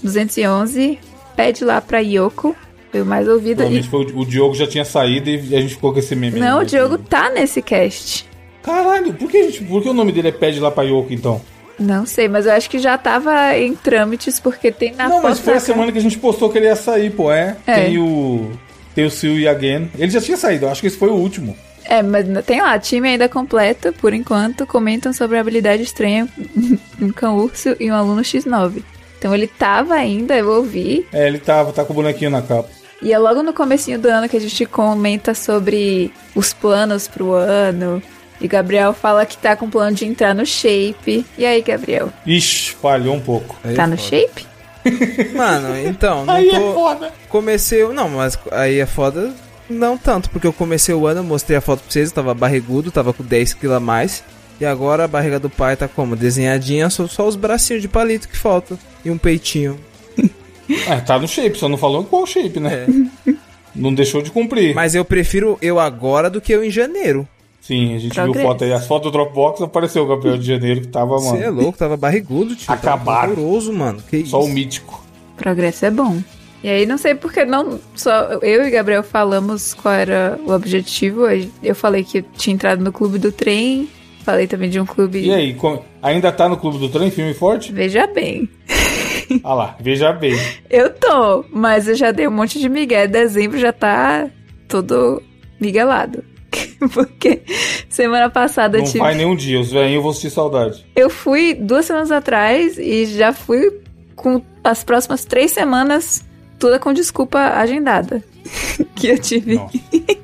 S3: 211, 211, Pede lá pra Yoko, foi o mais ouvido.
S1: Provavelmente
S3: E...
S1: foi o, o Diogo já tinha saído e a gente ficou com esse meme. aí,
S3: Não, o
S1: né?
S3: Diogo tá nesse cast.
S1: Caralho, por que, a gente, por que o nome dele é Pede lá pra Yoko, então?
S3: Não sei, mas eu acho que já tava em trâmites, porque tem na
S1: Não,
S3: foto
S1: mas foi
S3: da
S1: a semana que a gente postou que ele ia sair, pô, é.
S3: É.
S1: Tem o. Tem o Seal e a Again. Ele já tinha saído, eu acho que esse foi o último.
S3: É, mas n- tem lá, time ainda completo, por enquanto, comentam sobre a habilidade estranha [LAUGHS] um cão urso e um aluno X9. Então ele tava ainda, eu ouvi,
S1: É, ele tava, tá com o bonequinho na capa.
S3: e é logo no comecinho do ano que a gente comenta sobre os planos pro ano, e Gabriel fala que tá com plano de entrar no shape. E aí, Gabriel,
S1: Ixi, falhou um pouco.
S2: Aí
S3: tá
S2: é
S3: no
S2: foda.
S3: shape?
S2: Mano, então, não
S1: Aí
S2: tô...
S1: é foda.
S2: Comecei. Não, mas aí é foda. Não tanto, porque eu comecei o ano, eu mostrei a foto pra vocês, eu tava barrigudo, tava com 10 kg a mais. E agora a barriga do pai tá como? Desenhadinha, só, só os bracinhos de palito que faltam. E um peitinho.
S1: É, tá no shape, só não falou qual shape, né?
S2: É.
S1: Não deixou de cumprir.
S2: Mas eu prefiro eu agora do que eu em janeiro.
S1: Sim, a gente viu
S3: Progresso.
S1: foto aí. As fotos do Dropbox apareceu o Gabriel de Janeiro que tava, mano.
S2: Você é louco, tá tava barrigudo, tio.
S1: Acabado.
S2: Tava horroroso, mano. Que
S1: Só o
S2: isso.
S1: mítico.
S3: Progresso é bom. E aí não sei porque não só eu e Gabriel falamos qual era o objetivo. Eu falei que eu tinha entrado no clube do trem, falei também de um clube.
S1: E aí, como- ainda tá no Clube do Trem, filme
S3: [LAUGHS]
S1: forte?
S3: Veja bem,
S1: Ah lá, veja bem.
S3: eu tô, mas eu já dei um monte de migué. Dezembro já tá todo miguelado. [LAUGHS] Porque semana passada
S1: Não
S3: eu tive.
S1: vai nenhum dia, os velhinhos vão sentir saudade.
S3: Eu fui duas semanas atrás e já fui com as próximas três semanas, toda com desculpa agendada. [LAUGHS] que eu tive.
S1: Nossa.
S3: [LAUGHS]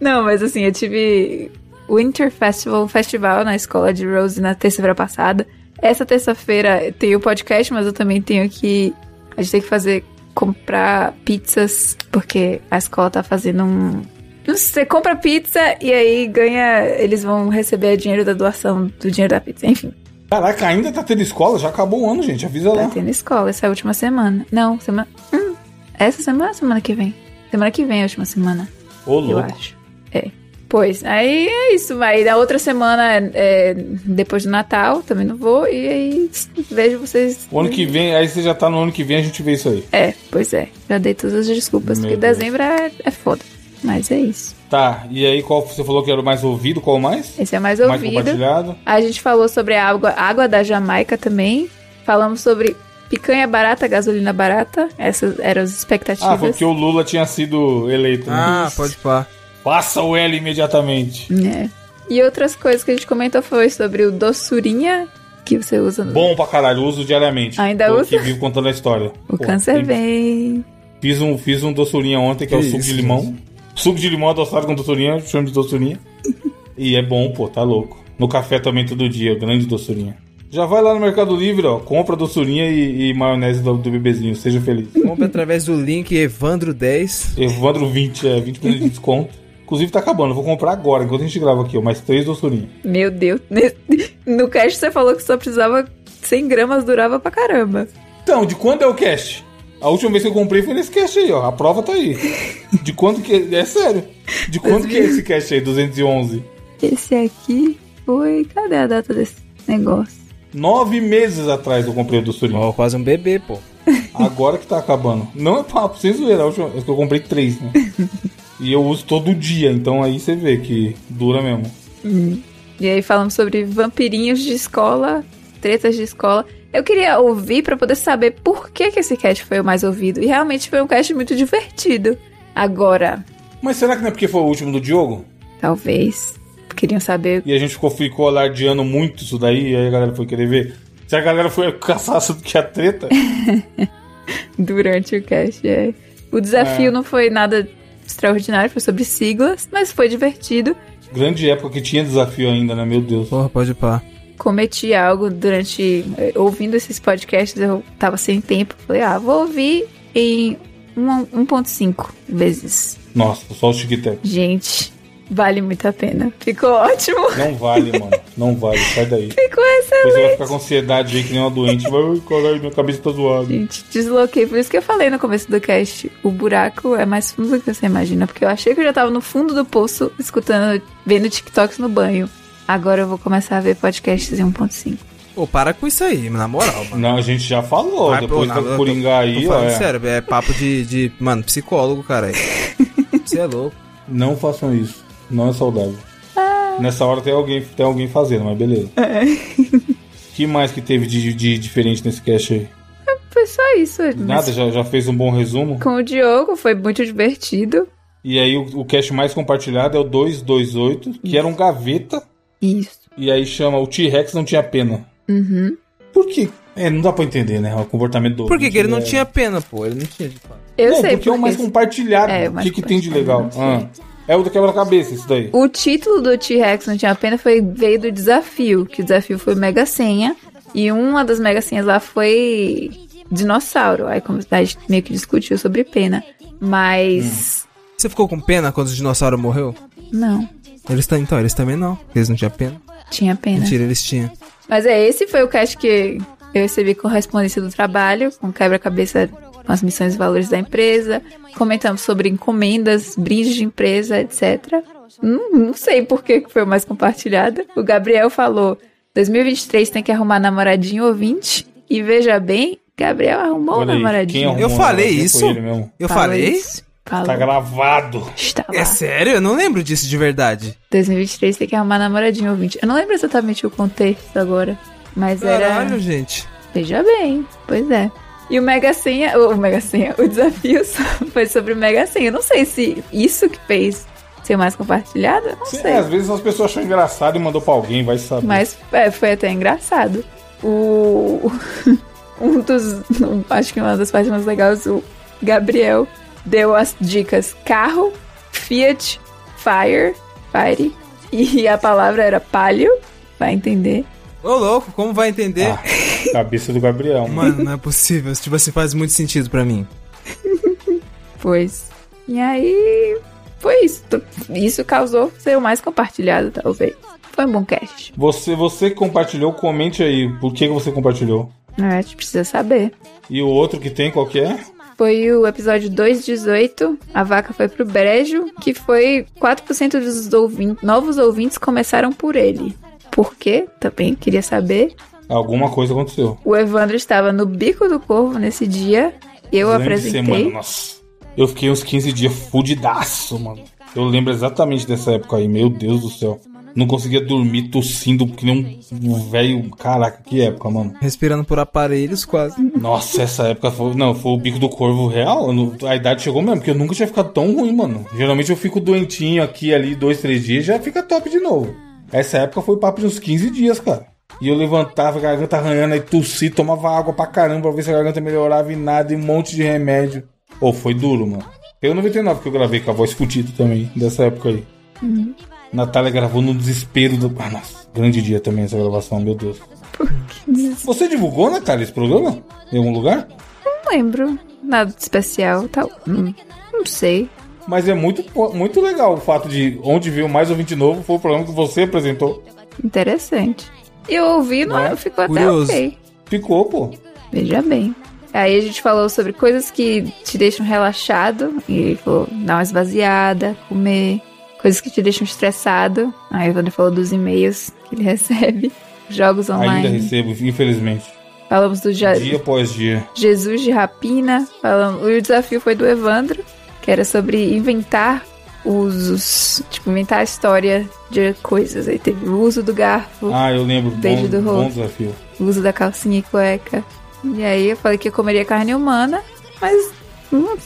S3: Não, mas assim, eu tive Winter Festival, um festival na escola de Rose na terça-feira passada. Essa terça-feira tem o podcast, mas eu também tenho que. A gente tem que fazer. comprar pizzas, porque a escola tá fazendo um. Não sei, Você compra pizza e aí ganha. Eles vão receber dinheiro da doação do dinheiro da pizza, enfim.
S1: Caraca, ainda tá tendo escola? Já acabou o ano, gente. Avisa
S3: Tá
S1: lá.
S3: tendo escola essa última semana. Não, semana. Hum, essa semana ou semana que vem? Semana que vem é a última semana,
S1: Ô,
S3: eu
S1: louco.
S3: acho. É. Pois, aí é isso. Aí na outra semana, é, depois do Natal, também não vou. E aí vejo vocês.
S1: O ano que vem, aí você já tá no ano que vem, a gente vê isso aí.
S3: É, pois é. Já dei todas as desculpas,
S1: Meu
S3: porque
S1: Deus.
S3: dezembro é, é foda. Mas é isso.
S1: Tá, e aí qual você falou que era o mais ouvido? Qual mais?
S3: Esse é mais
S1: Mais
S3: ouvido.
S1: compartilhado? Ah,
S3: A gente falou sobre a água, água da Jamaica também. Falamos sobre picanha barata, gasolina barata. Essas eram as expectativas.
S1: Ah, foi porque o Lula tinha sido eleito. né?
S2: Ah, pode pá.
S1: Passa o L imediatamente.
S3: É. E outras coisas que a gente comentou foi sobre o doçurinha que você usa no.
S1: Bom pra caralho, uso diariamente.
S3: Ainda
S1: Tô
S3: usa?
S1: aqui vivo contando a história.
S3: o
S1: Pô, tem-
S3: câncer vem.
S1: Fiz um, fiz um doçurinha ontem, que, é o
S2: Que
S1: suco
S2: isso,
S1: de limão. Suco de limão adoçado com doçurinha, chamo de
S2: [LAUGHS]
S1: doçurinha. e é bom, pô, tá louco. No café também todo dia, grande doçurinha. Já vai lá no Mercado Livre, ó, compra doçurinha e, e maionese do, do bebezinho, seja feliz.
S2: Compre através do link Evandro10.
S1: Evandro 20, é, 20% de desconto. Inclusive tá acabando, eu vou comprar agora, enquanto a gente grava aqui, ó, mais três doçurinhas.
S3: Meu Deus. [LAUGHS] No cast você falou que só precisava 100 gramas, durava pra caramba.
S1: Então, de quando é o cast? A última vez que eu comprei foi nesse cast aí, ó, a prova tá aí. De quando que... É sério. De quando que é esse cast aí, 211?
S3: Esse aqui foi. Cadê a data desse negócio?
S1: Nove meses atrás eu comprei o doçurinha.
S2: Ó, quase um bebê, pô.
S1: Agora que tá acabando. Não é papo, sem zoeira. A última vez que eu comprei três, né? e eu uso todo dia, então aí você vê que dura mesmo.
S3: E aí falamos sobre vampirinhos de escola, tretas de escola. Eu queria ouvir pra poder saber por que, que esse cast foi o mais ouvido. E realmente foi um cast muito divertido. Agora,
S1: Mas será que não é porque foi o último do Diogo?
S3: talvez queriam saber
S1: E a gente ficou, ficou alardeando muito isso daí, e aí a galera foi querer ver. Se a galera foi [LAUGHS] caçar do que a treta,
S3: durante o cast. é. O desafio
S1: É.
S3: não foi nada extraordinário, foi sobre siglas, mas foi divertido.
S1: grande época que tinha desafio ainda, né? Meu Deus.
S2: Porra, pode pá.
S3: Cometi algo durante. eh, Ouvindo esses podcasts, eu tava sem tempo. Falei, ah, vou ouvir em um- 1,5 vezes.
S1: Nossa, só o tic-tac.
S3: Gente, vale muito a pena. Ficou ótimo. [LAUGHS]
S1: Não vale, mano. Não vale, sai daí.
S3: Ficou
S1: Depois você vai
S3: excelente.
S1: ficar com ansiedade aí que nem uma doente. Vai, "Ai, caralho, minha cabeça tá zoada.
S3: Gente, desloquei. Por isso que eu falei no começo do cast. O buraco é mais fundo do que você imagina. Porque eu achei que eu já tava no fundo do poço, escutando, vendo TikToks no banho. Agora eu vou começar a ver podcasts em 1.5.
S2: Ô, para com isso aí, na moral, mano.
S1: Não, a gente já falou.
S2: Vai, pô,
S1: Depois
S2: não, eu
S1: do
S2: tô-
S1: Coringa
S2: Tô
S1: aí, ó.
S2: falando
S1: é.
S2: sério, é papo de, de mano,
S1: [LAUGHS]
S2: psicólogo, cara. Você é louco.
S1: Não façam isso. Não é saudável. Nessa hora tem alguém, tem alguém fazendo, mas beleza.
S3: É.
S1: [LAUGHS] que mais que teve de, de diferente nesse cast aí?
S3: Foi só isso.
S1: Nada, já, já fez um bom resumo.
S3: Com o Diogo foi muito divertido.
S1: E aí o, o cast mais compartilhado é o 228, que era um gaveta.
S3: Isso.
S1: E aí chama o T-Rex não tinha pena.
S3: Uhum.
S1: Por quê? É, não dá pra entender, né? O comportamento do.
S2: Por que, que ele não
S1: é-
S2: tinha pena, pô? Ele não tinha de fato.
S3: Eu
S1: não,
S3: sei
S1: porque é o mais
S3: porque-
S1: compartilhado.
S3: É, o
S1: o
S3: mais
S1: que, que tem de legal?
S3: compartilhado, não
S1: Ah, é o do quebra-cabeça, isso daí.
S3: O título do T-Rex não tinha pena foi veio do desafio, que o desafio foi Mega Senha. E uma das Mega Senhas lá foi dinossauro. Aí como a gente meio que discutiu sobre pena.
S1: Hum.
S3: Mas.
S2: Você ficou com pena quando o dinossauro morreu?
S3: Não,
S2: Eles tam- então, eles também não. Eles não tinham pena.
S3: tinha pena.
S2: Mentira, eles tinham.
S3: Mas é, esse foi o cast que eu recebi correspondência do trabalho, com quebra-cabeça com as missões e valores da empresa. Comentamos sobre encomendas, brindes de empresa, etc. Não, não sei por que que foi o mais compartilhado. O Gabriel falou: 2023 tem que arrumar namoradinho ouvinte. E veja bem, Gabriel arrumou o
S1: Olha aí, quem
S3: namoradinho.
S1: arrumou
S2: Eu falei
S1: ela?
S2: isso?
S1: é? Foi ele mesmo.
S2: Eu
S3: Falou
S2: falei?
S3: isso, Falou.
S1: Tá gravado.
S3: Está lá.
S2: É sério? Eu não lembro disso de verdade.
S3: 2023 tem que arrumar namoradinho ouvinte. Eu não lembro exatamente o contexto agora. Mas era.
S2: Caralho, gente.
S3: Veja bem, pois é. E o Mega [LAUGHS] Senha, o o Mega Senha, o desafio só foi sobre o Mega Senha. Eu não sei se isso que fez ser mais compartilhada? Não
S1: Sim, é.
S3: sei.
S1: às vezes as pessoas acham engraçado e mandou pra alguém, vai saber.
S3: Mas é, foi até engraçado. O. [LAUGHS] um dos. um- acho que uma das partes mais legais, o Gabriel deu as dicas carro, Fiat, Fire, Fire. E a palavra era palio, vai entender.
S2: Ô, louco, como vai entender?
S1: Ah. Cabeça do Gabriel, mano.
S2: Mano, não é possível. Tipo assim, faz muito sentido pra mim.
S3: Pois. E aí. Foi isso. Tu- Isso causou ser o mais compartilhado, talvez. Foi um bom cast.
S1: Você, você que compartilhou, comente aí por que que você compartilhou.
S3: É, a gente precisa saber.
S1: E o outro que tem, qual que é?
S3: Foi o episódio 218, a vaca foi pro brejo, que foi 4% dos ouvin- novos ouvintes começaram por ele. Por quê? Também queria saber.
S1: Alguma coisa aconteceu.
S3: O Evandro estava no bico do corvo nesse dia, eu
S1: Durante a Semana,
S3: apresentei.
S1: nossa. Eu fiquei uns 15 dias fudidaço, mano. Eu lembro exatamente dessa época aí, meu Deus do céu. Não conseguia dormir tossindo que nem um um velho. Caraca, que época, mano.
S2: Respirando por aparelhos, quase.
S1: Nossa, essa época foi. Não, foi o bico do corvo real. Eu não- A idade chegou mesmo, porque eu nunca tinha ficado tão ruim, mano. Geralmente eu fico doentinho aqui, ali, dois, três dias, já fica top de novo. Essa época foi papo de uns 15 dias, cara. E eu levantava, garganta arranhando, aí tossi, tomava água pra caramba pra ver se a garganta melhorava e nada, e um monte de remédio. Pô, foi duro, mano. Tem o 99 que eu gravei com a voz fudida também, dessa época aí. Natália gravou no desespero do. Ah, nossa, grande dia também essa gravação, meu Deus. Você divulgou, Natália, esse programa? Em algum lugar?
S3: Não lembro nada de especial, tal. Hum, não sei.
S1: Mas é muito, po- muito legal o fato de onde veio mais ouvinte novo foi o programa que você apresentou.
S3: Interessante. E eu ouvi, não,
S1: Né?
S3: ficou até
S2: Curioso.
S3: ok.
S1: Ficou, pô.
S3: Veja bem. Aí a gente falou sobre coisas que te deixam relaxado, e ele falou, dar uma esvaziada, comer, coisas que te deixam estressado. Aí o Evandro falou dos e-mails que ele [LAUGHS] recebe, jogos
S1: Ainda
S3: online.
S1: recebo, infelizmente.
S3: Falamos do ja
S1: Dia após dia.
S3: Jesus de Rapina. Falamos, e o desafio foi do Evandro, que era sobre inventar usos, tipo, inventar a história de coisas. Aí teve o uso do garfo,
S1: Ah, eu lembro.
S3: Beijo
S1: Bom,
S3: do
S1: bom
S3: rosto.
S1: desafio.
S3: o uso da calcinha e cueca. E aí eu falei que eu comeria carne humana, mas hum,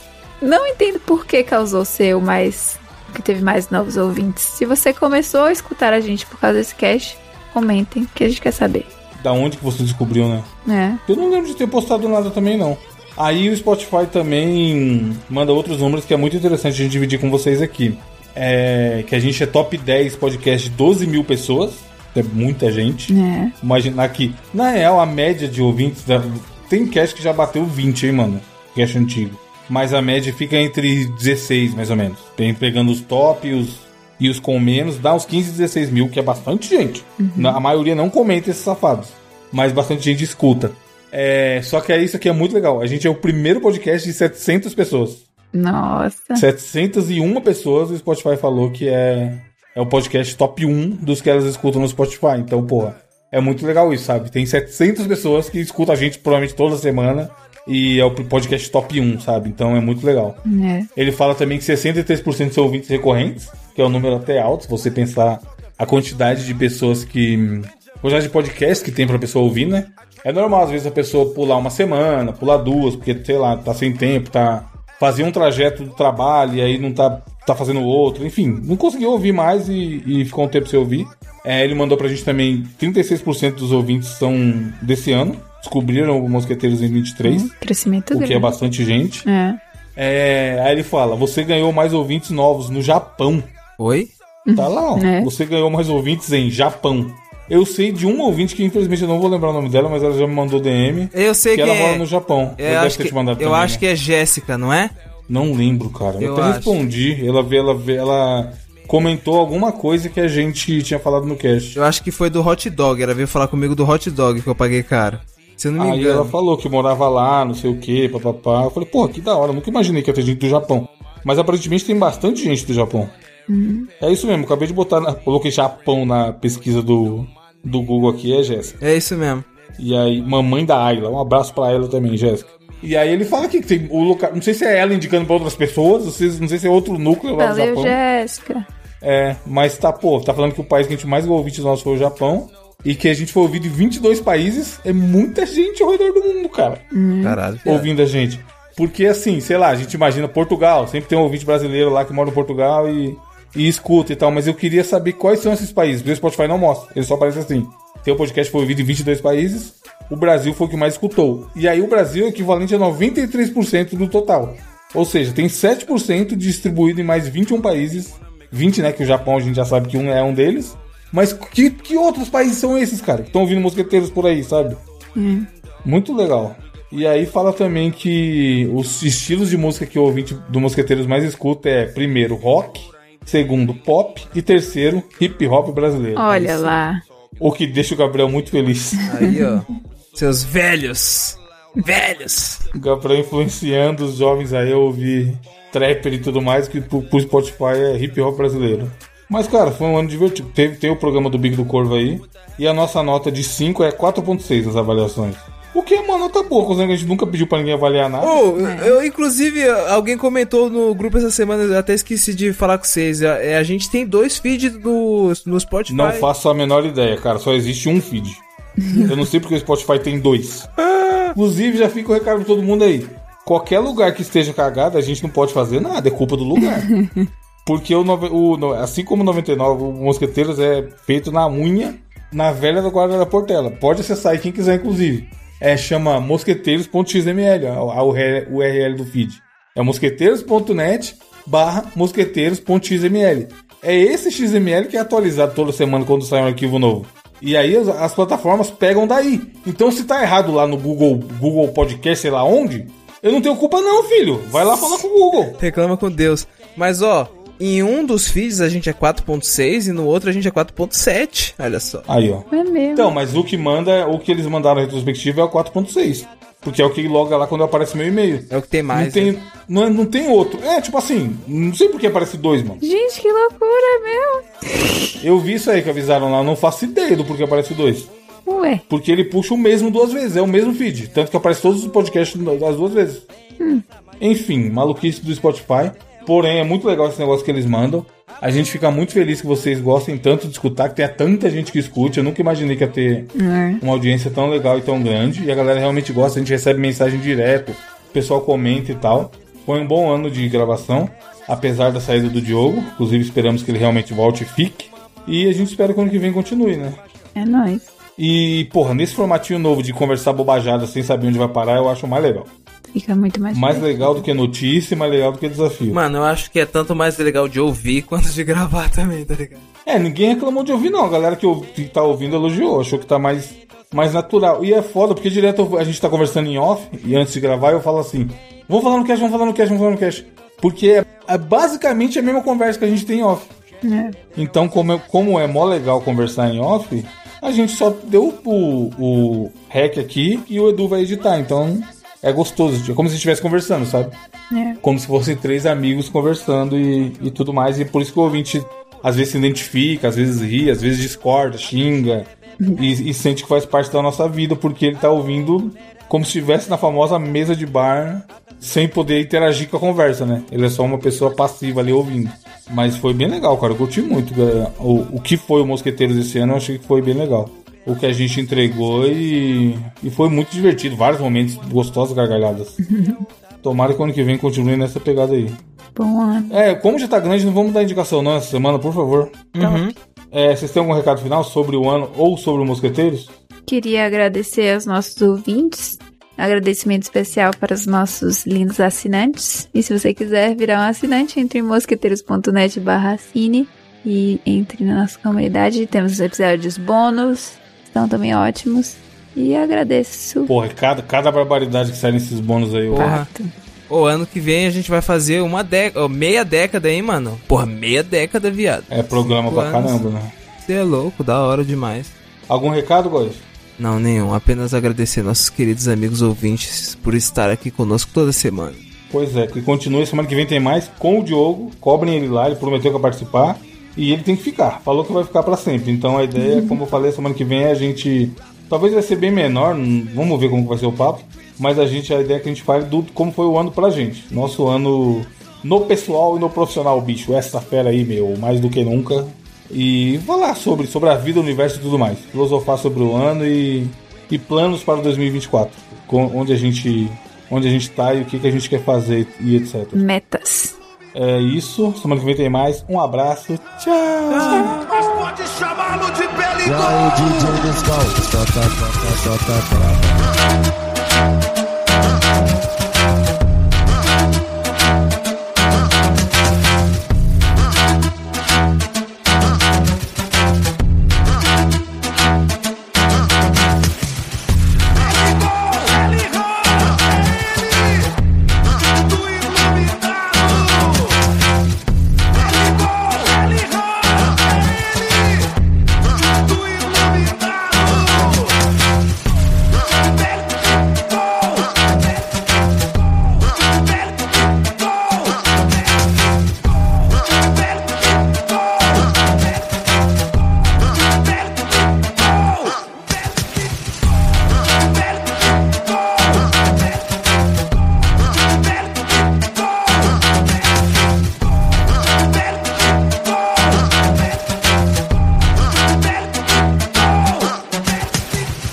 S3: não entendo por que causou ser o mais. que teve mais novos ouvintes. Se você começou a escutar a gente por causa desse cast, comentem, que a gente quer saber.
S1: Da onde que você descobriu, né?
S3: né?
S1: Eu não lembro de ter postado nada também, não. Aí o Spotify também manda outros números que é muito interessante a gente dividir com vocês aqui. É, que a gente é top 10 podcast de 12 mil pessoas. É muita gente.
S3: É.
S1: Imaginar que, na real, a média de ouvintes. Da... Tem cast que já bateu 20, hein, mano? Cast antigo. Mas a média fica entre 16, mais ou menos. Tem pegando os top e os, e os com menos, dá uns 15, 16 mil, que é bastante gente. Na- A maioria não comenta esses safados. Mas bastante gente escuta. É, só que é isso aqui é muito legal. A gente é o primeiro podcast de 700 pessoas.
S3: Nossa.
S1: 701 pessoas o Spotify falou que é, é o podcast top 1 dos que elas escutam no Spotify. Então, porra, é muito legal isso, sabe? Tem 700 pessoas que escutam a gente provavelmente toda semana e é o podcast top 1, sabe? Então é muito legal.
S3: né?
S1: Ele fala também que 63% são ouvintes recorrentes, que é um número até alto, se você pensar a quantidade de pessoas que. a quantidade de podcasts que tem pra pessoa ouvir, né? É normal, às vezes, a pessoa pular uma semana, pular duas, porque, sei lá, tá sem tempo, tá. Fazia um trajeto do trabalho e aí não tá, tá fazendo outro, enfim, não conseguiu ouvir mais e, e ficou um tempo sem ouvir. É, ele mandou pra gente também 36% dos ouvintes são desse ano, descobriram o Mosqueteiros em 23,
S3: Um Crescimento
S1: o que
S3: grande.
S1: é bastante gente.
S3: É.
S1: É, aí ele fala: você ganhou mais ouvintes novos no Japão.
S2: Oi?
S1: Tá lá, ó.
S3: É.
S1: Você ganhou mais ouvintes em Japão. Eu sei de uma ouvinte que infelizmente eu não vou lembrar o nome dela, mas ela já me mandou DM.
S2: Eu sei
S1: Que
S2: que
S1: ela
S2: é...
S1: mora no Japão.
S2: Eu
S1: deve
S2: acho,
S1: ter
S2: que,
S1: te mandado
S2: eu
S1: também,
S2: acho
S1: né?
S2: que é Jéssica, não é?
S1: Não lembro, cara. Então Eu,
S2: Eu
S1: até
S2: acho.
S1: respondi. Ela, vê- ela, vê- ela comentou alguma coisa que a gente tinha falado no cast.
S2: Eu acho que foi do hot dog. Ela veio falar comigo do hot dog que eu paguei caro. Se eu não me
S1: Aí ela
S2: engano.
S1: falou que morava lá, não sei o que, papapá. Eu falei, porra, que da hora, nunca imaginei que ia ter gente do Japão. Mas aparentemente tem bastante gente do Japão.
S2: Uhum.
S1: É isso mesmo, acabei de botar, na, coloquei Japão na pesquisa do, do Google aqui, é Jéssica.
S2: É isso mesmo.
S1: E aí, mamãe da Ayla, um abraço pra ela também, Jéssica. E aí ele fala aqui que tem o local, não sei se é ela indicando pra outras pessoas, não sei, não sei se é outro núcleo lá do
S3: Valeu,
S1: Japão.
S3: Jéssica.
S1: É, mas tá, pô, tá falando que o país que a gente mais ouvinte nosso foi o Japão. E que a gente foi ouvido em 22 países, é muita gente ao redor do mundo, cara
S2: Caralho.
S1: é. ouvindo a gente. Porque assim, sei lá, a gente imagina Portugal, sempre tem um ouvinte brasileiro lá que mora em Portugal e, e escuta e tal, mas eu queria saber quais são esses países, porque o Spotify não mostra, ele só aparece assim. Seu podcast foi ouvido em 22 países, o Brasil foi o que mais escutou. E aí o Brasil é equivalente a 93% do total. Ou seja, tem 7% distribuído em mais 21 países. 20, né? Que o Japão a gente já sabe que um é um deles. Mas que, que outros países são esses, cara? Que estão ouvindo mosqueteiros por aí, sabe? Muito legal. E aí fala também que os estilos de música que o ouvinte do Mosqueteiros mais escuta é primeiro rock, segundo pop e terceiro hip hop brasileiro.
S3: Olha lá.
S1: O que deixa o Gabriel muito feliz. [LAUGHS]
S2: Aí, ó. Seus velhos. Velhos.
S1: O Gabriel influenciando os jovens aí a ouvir trapper e tudo mais, que pro, pro Spotify é hip hop brasileiro. Mas, cara, foi um ano divertido. Teve, tem o programa do Big do Corvo aí. E a nossa nota de 5 é 4.6 as avaliações. O que é uma nota boa, considerando que a gente nunca pediu pra ninguém avaliar nada.
S2: Oh, eu, inclusive, alguém comentou no grupo essa semana, eu até esqueci de falar com vocês. A, é, a gente tem dois feeds do, no Spotify.
S1: Não faço a menor ideia, cara. Só existe um feed. Eu não sei porque o Spotify tem dois. Inclusive, já fica o recado pra todo mundo aí. Qualquer lugar que esteja cagado, a gente não pode fazer nada. É culpa do lugar. Porque o, nove- o no- assim como o 99, o Mosqueteiros é feito na unha, na velha da guarda da Portela. Pode acessar aí quem quiser, inclusive. É, chama mosqueteiros.xml, a, a URL URL do feed. É mosqueteiros.net barra mosqueteiros.xml. É esse XML que é atualizado toda semana quando sai um arquivo novo. E aí as, as plataformas pegam daí. Então se tá errado lá no Google, Google Podcast, sei lá onde, eu não tenho culpa não, filho. Vai lá falar com o Google.
S2: Reclama com Deus. Mas, ó, em um dos feeds a gente é 4.6 e no outro a gente é 4.7. Olha só.
S1: Aí, ó.
S3: É mesmo.
S1: Então, mas o que manda, o que eles mandaram na retrospectiva é o 4.6. Porque é o que loga lá quando aparece meu e-mail.
S2: É o que tem mais.
S1: Não tem,
S2: né?
S1: não, não tem outro. É, tipo assim, não sei por que aparece dois, mano.
S3: Gente, que loucura, meu.
S1: Eu vi isso aí que avisaram lá, não faço ideia do porquê aparece dois.
S3: Ué,
S1: Porque ele puxa o mesmo duas vezes, é o mesmo feed. Tanto que aparece todos os podcasts as duas vezes. Enfim, maluquice do Spotify. Porém, é muito legal esse negócio que eles mandam. A gente fica muito feliz que vocês gostem tanto de escutar, que tenha tanta gente que escute. Eu nunca imaginei que ia ter uma audiência tão legal e tão grande. E a galera realmente gosta, a gente recebe mensagem direto, o pessoal comenta e tal. Foi um bom ano de gravação, apesar da saída do Diogo. Inclusive, esperamos que ele realmente volte e fique. E a gente espera que o ano que vem continue, né?
S3: é nóis.
S1: E, porra, nesse formatinho novo de conversar bobajada sem saber onde vai parar, eu acho mais legal.
S3: Fica muito mais.
S1: Mais legal do que notícia e mais legal do que desafio.
S2: Mano, eu acho que é tanto mais legal de ouvir [LAUGHS] quanto de gravar também, tá ligado?
S1: É, ninguém reclamou de ouvir, não. A galera que, ouvi- que tá ouvindo elogiou, achou que tá mais, mais natural. E é foda, porque direto eu- a gente tá conversando em off, e antes de gravar eu falo assim: vamos falar no cash, vamos falar no cash, vamos falar no cash. Porque é, é basicamente a mesma conversa que a gente tem em off.
S3: Né?
S1: Então, como é, como é mó legal conversar em off, a gente só deu o, o rec aqui e o Edu vai editar. Então, é gostoso. É como se estivesse conversando, sabe?
S3: Né?
S1: Como se fossem três amigos conversando e, e tudo mais. E é por isso que o ouvinte às vezes se identifica, às vezes ri, às vezes discorda, xinga. E, e sente que faz parte da nossa vida, porque ele tá ouvindo como se estivesse na famosa mesa de bar, sem poder interagir com a conversa, né? Ele é só uma pessoa passiva ali ouvindo. Mas foi bem legal, cara. Eu curti muito galera. o, o que foi o Mosqueteiros esse ano. Eu achei que foi bem legal. O que a gente entregou e, e foi muito divertido. Vários momentos gostosos, gargalhadas. Tomara que ano que vem continue nessa pegada aí.
S3: Bom ano.
S1: É, como já tá grande, não vamos dar indicação não essa semana, por favor.
S2: Uhum.
S1: É, vocês têm algum recado final sobre o ano ou sobre o Mosqueteiros?
S3: Queria agradecer aos nossos ouvintes. Agradecimento especial para os nossos lindos assinantes. E se você quiser virar um assinante, entre em mosqueteiros.net barra assine e entre na nossa comunidade. Temos os episódios bônus, estão também ótimos. E agradeço.
S1: Porra, é cada, cada barbaridade que sai nesses bônus aí. ô.
S2: Porra. O ano que vem a gente vai fazer uma década, meia década, hein, mano? Porra, meia década, viado.
S1: É programa
S2: Cinco
S1: pra
S2: anos.
S1: caramba, né?
S2: Você é louco, da hora demais.
S1: Algum recado, Góis?
S2: Não, nenhum. Apenas agradecer nossos queridos amigos ouvintes por estar aqui conosco toda semana.
S1: Pois é, que continue. Semana que vem tem mais com o Diogo. Cobrem ele lá, ele prometeu que vai participar. E ele tem que ficar. Falou que vai ficar pra sempre. Então a ideia, como eu falei, semana que vem é a gente. Talvez vai ser bem menor, n- vamos ver como que vai ser o papo. Mas a gente, a ideia é que a gente fale do como foi o ano pra gente. Nosso ano no pessoal e no profissional, bicho. Essa fera aí, meu, mais do que nunca. E falar sobre, sobre a vida, o universo e tudo mais. Filosofar sobre o ano e e planos para o 2024, com- onde a gente onde a gente tá e o que, que a gente quer fazer e etc.
S3: Metas.
S1: É isso. Semana que vem tem mais. Um abraço. Tchau.
S7: Mas pode chamá-lo de Beligol.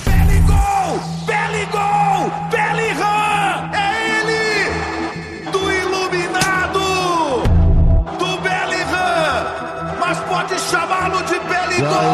S7: Beligol! Beligol! Belirã! É ele! Do iluminado! Do Belirã! Mas pode chamá-lo de Beligol!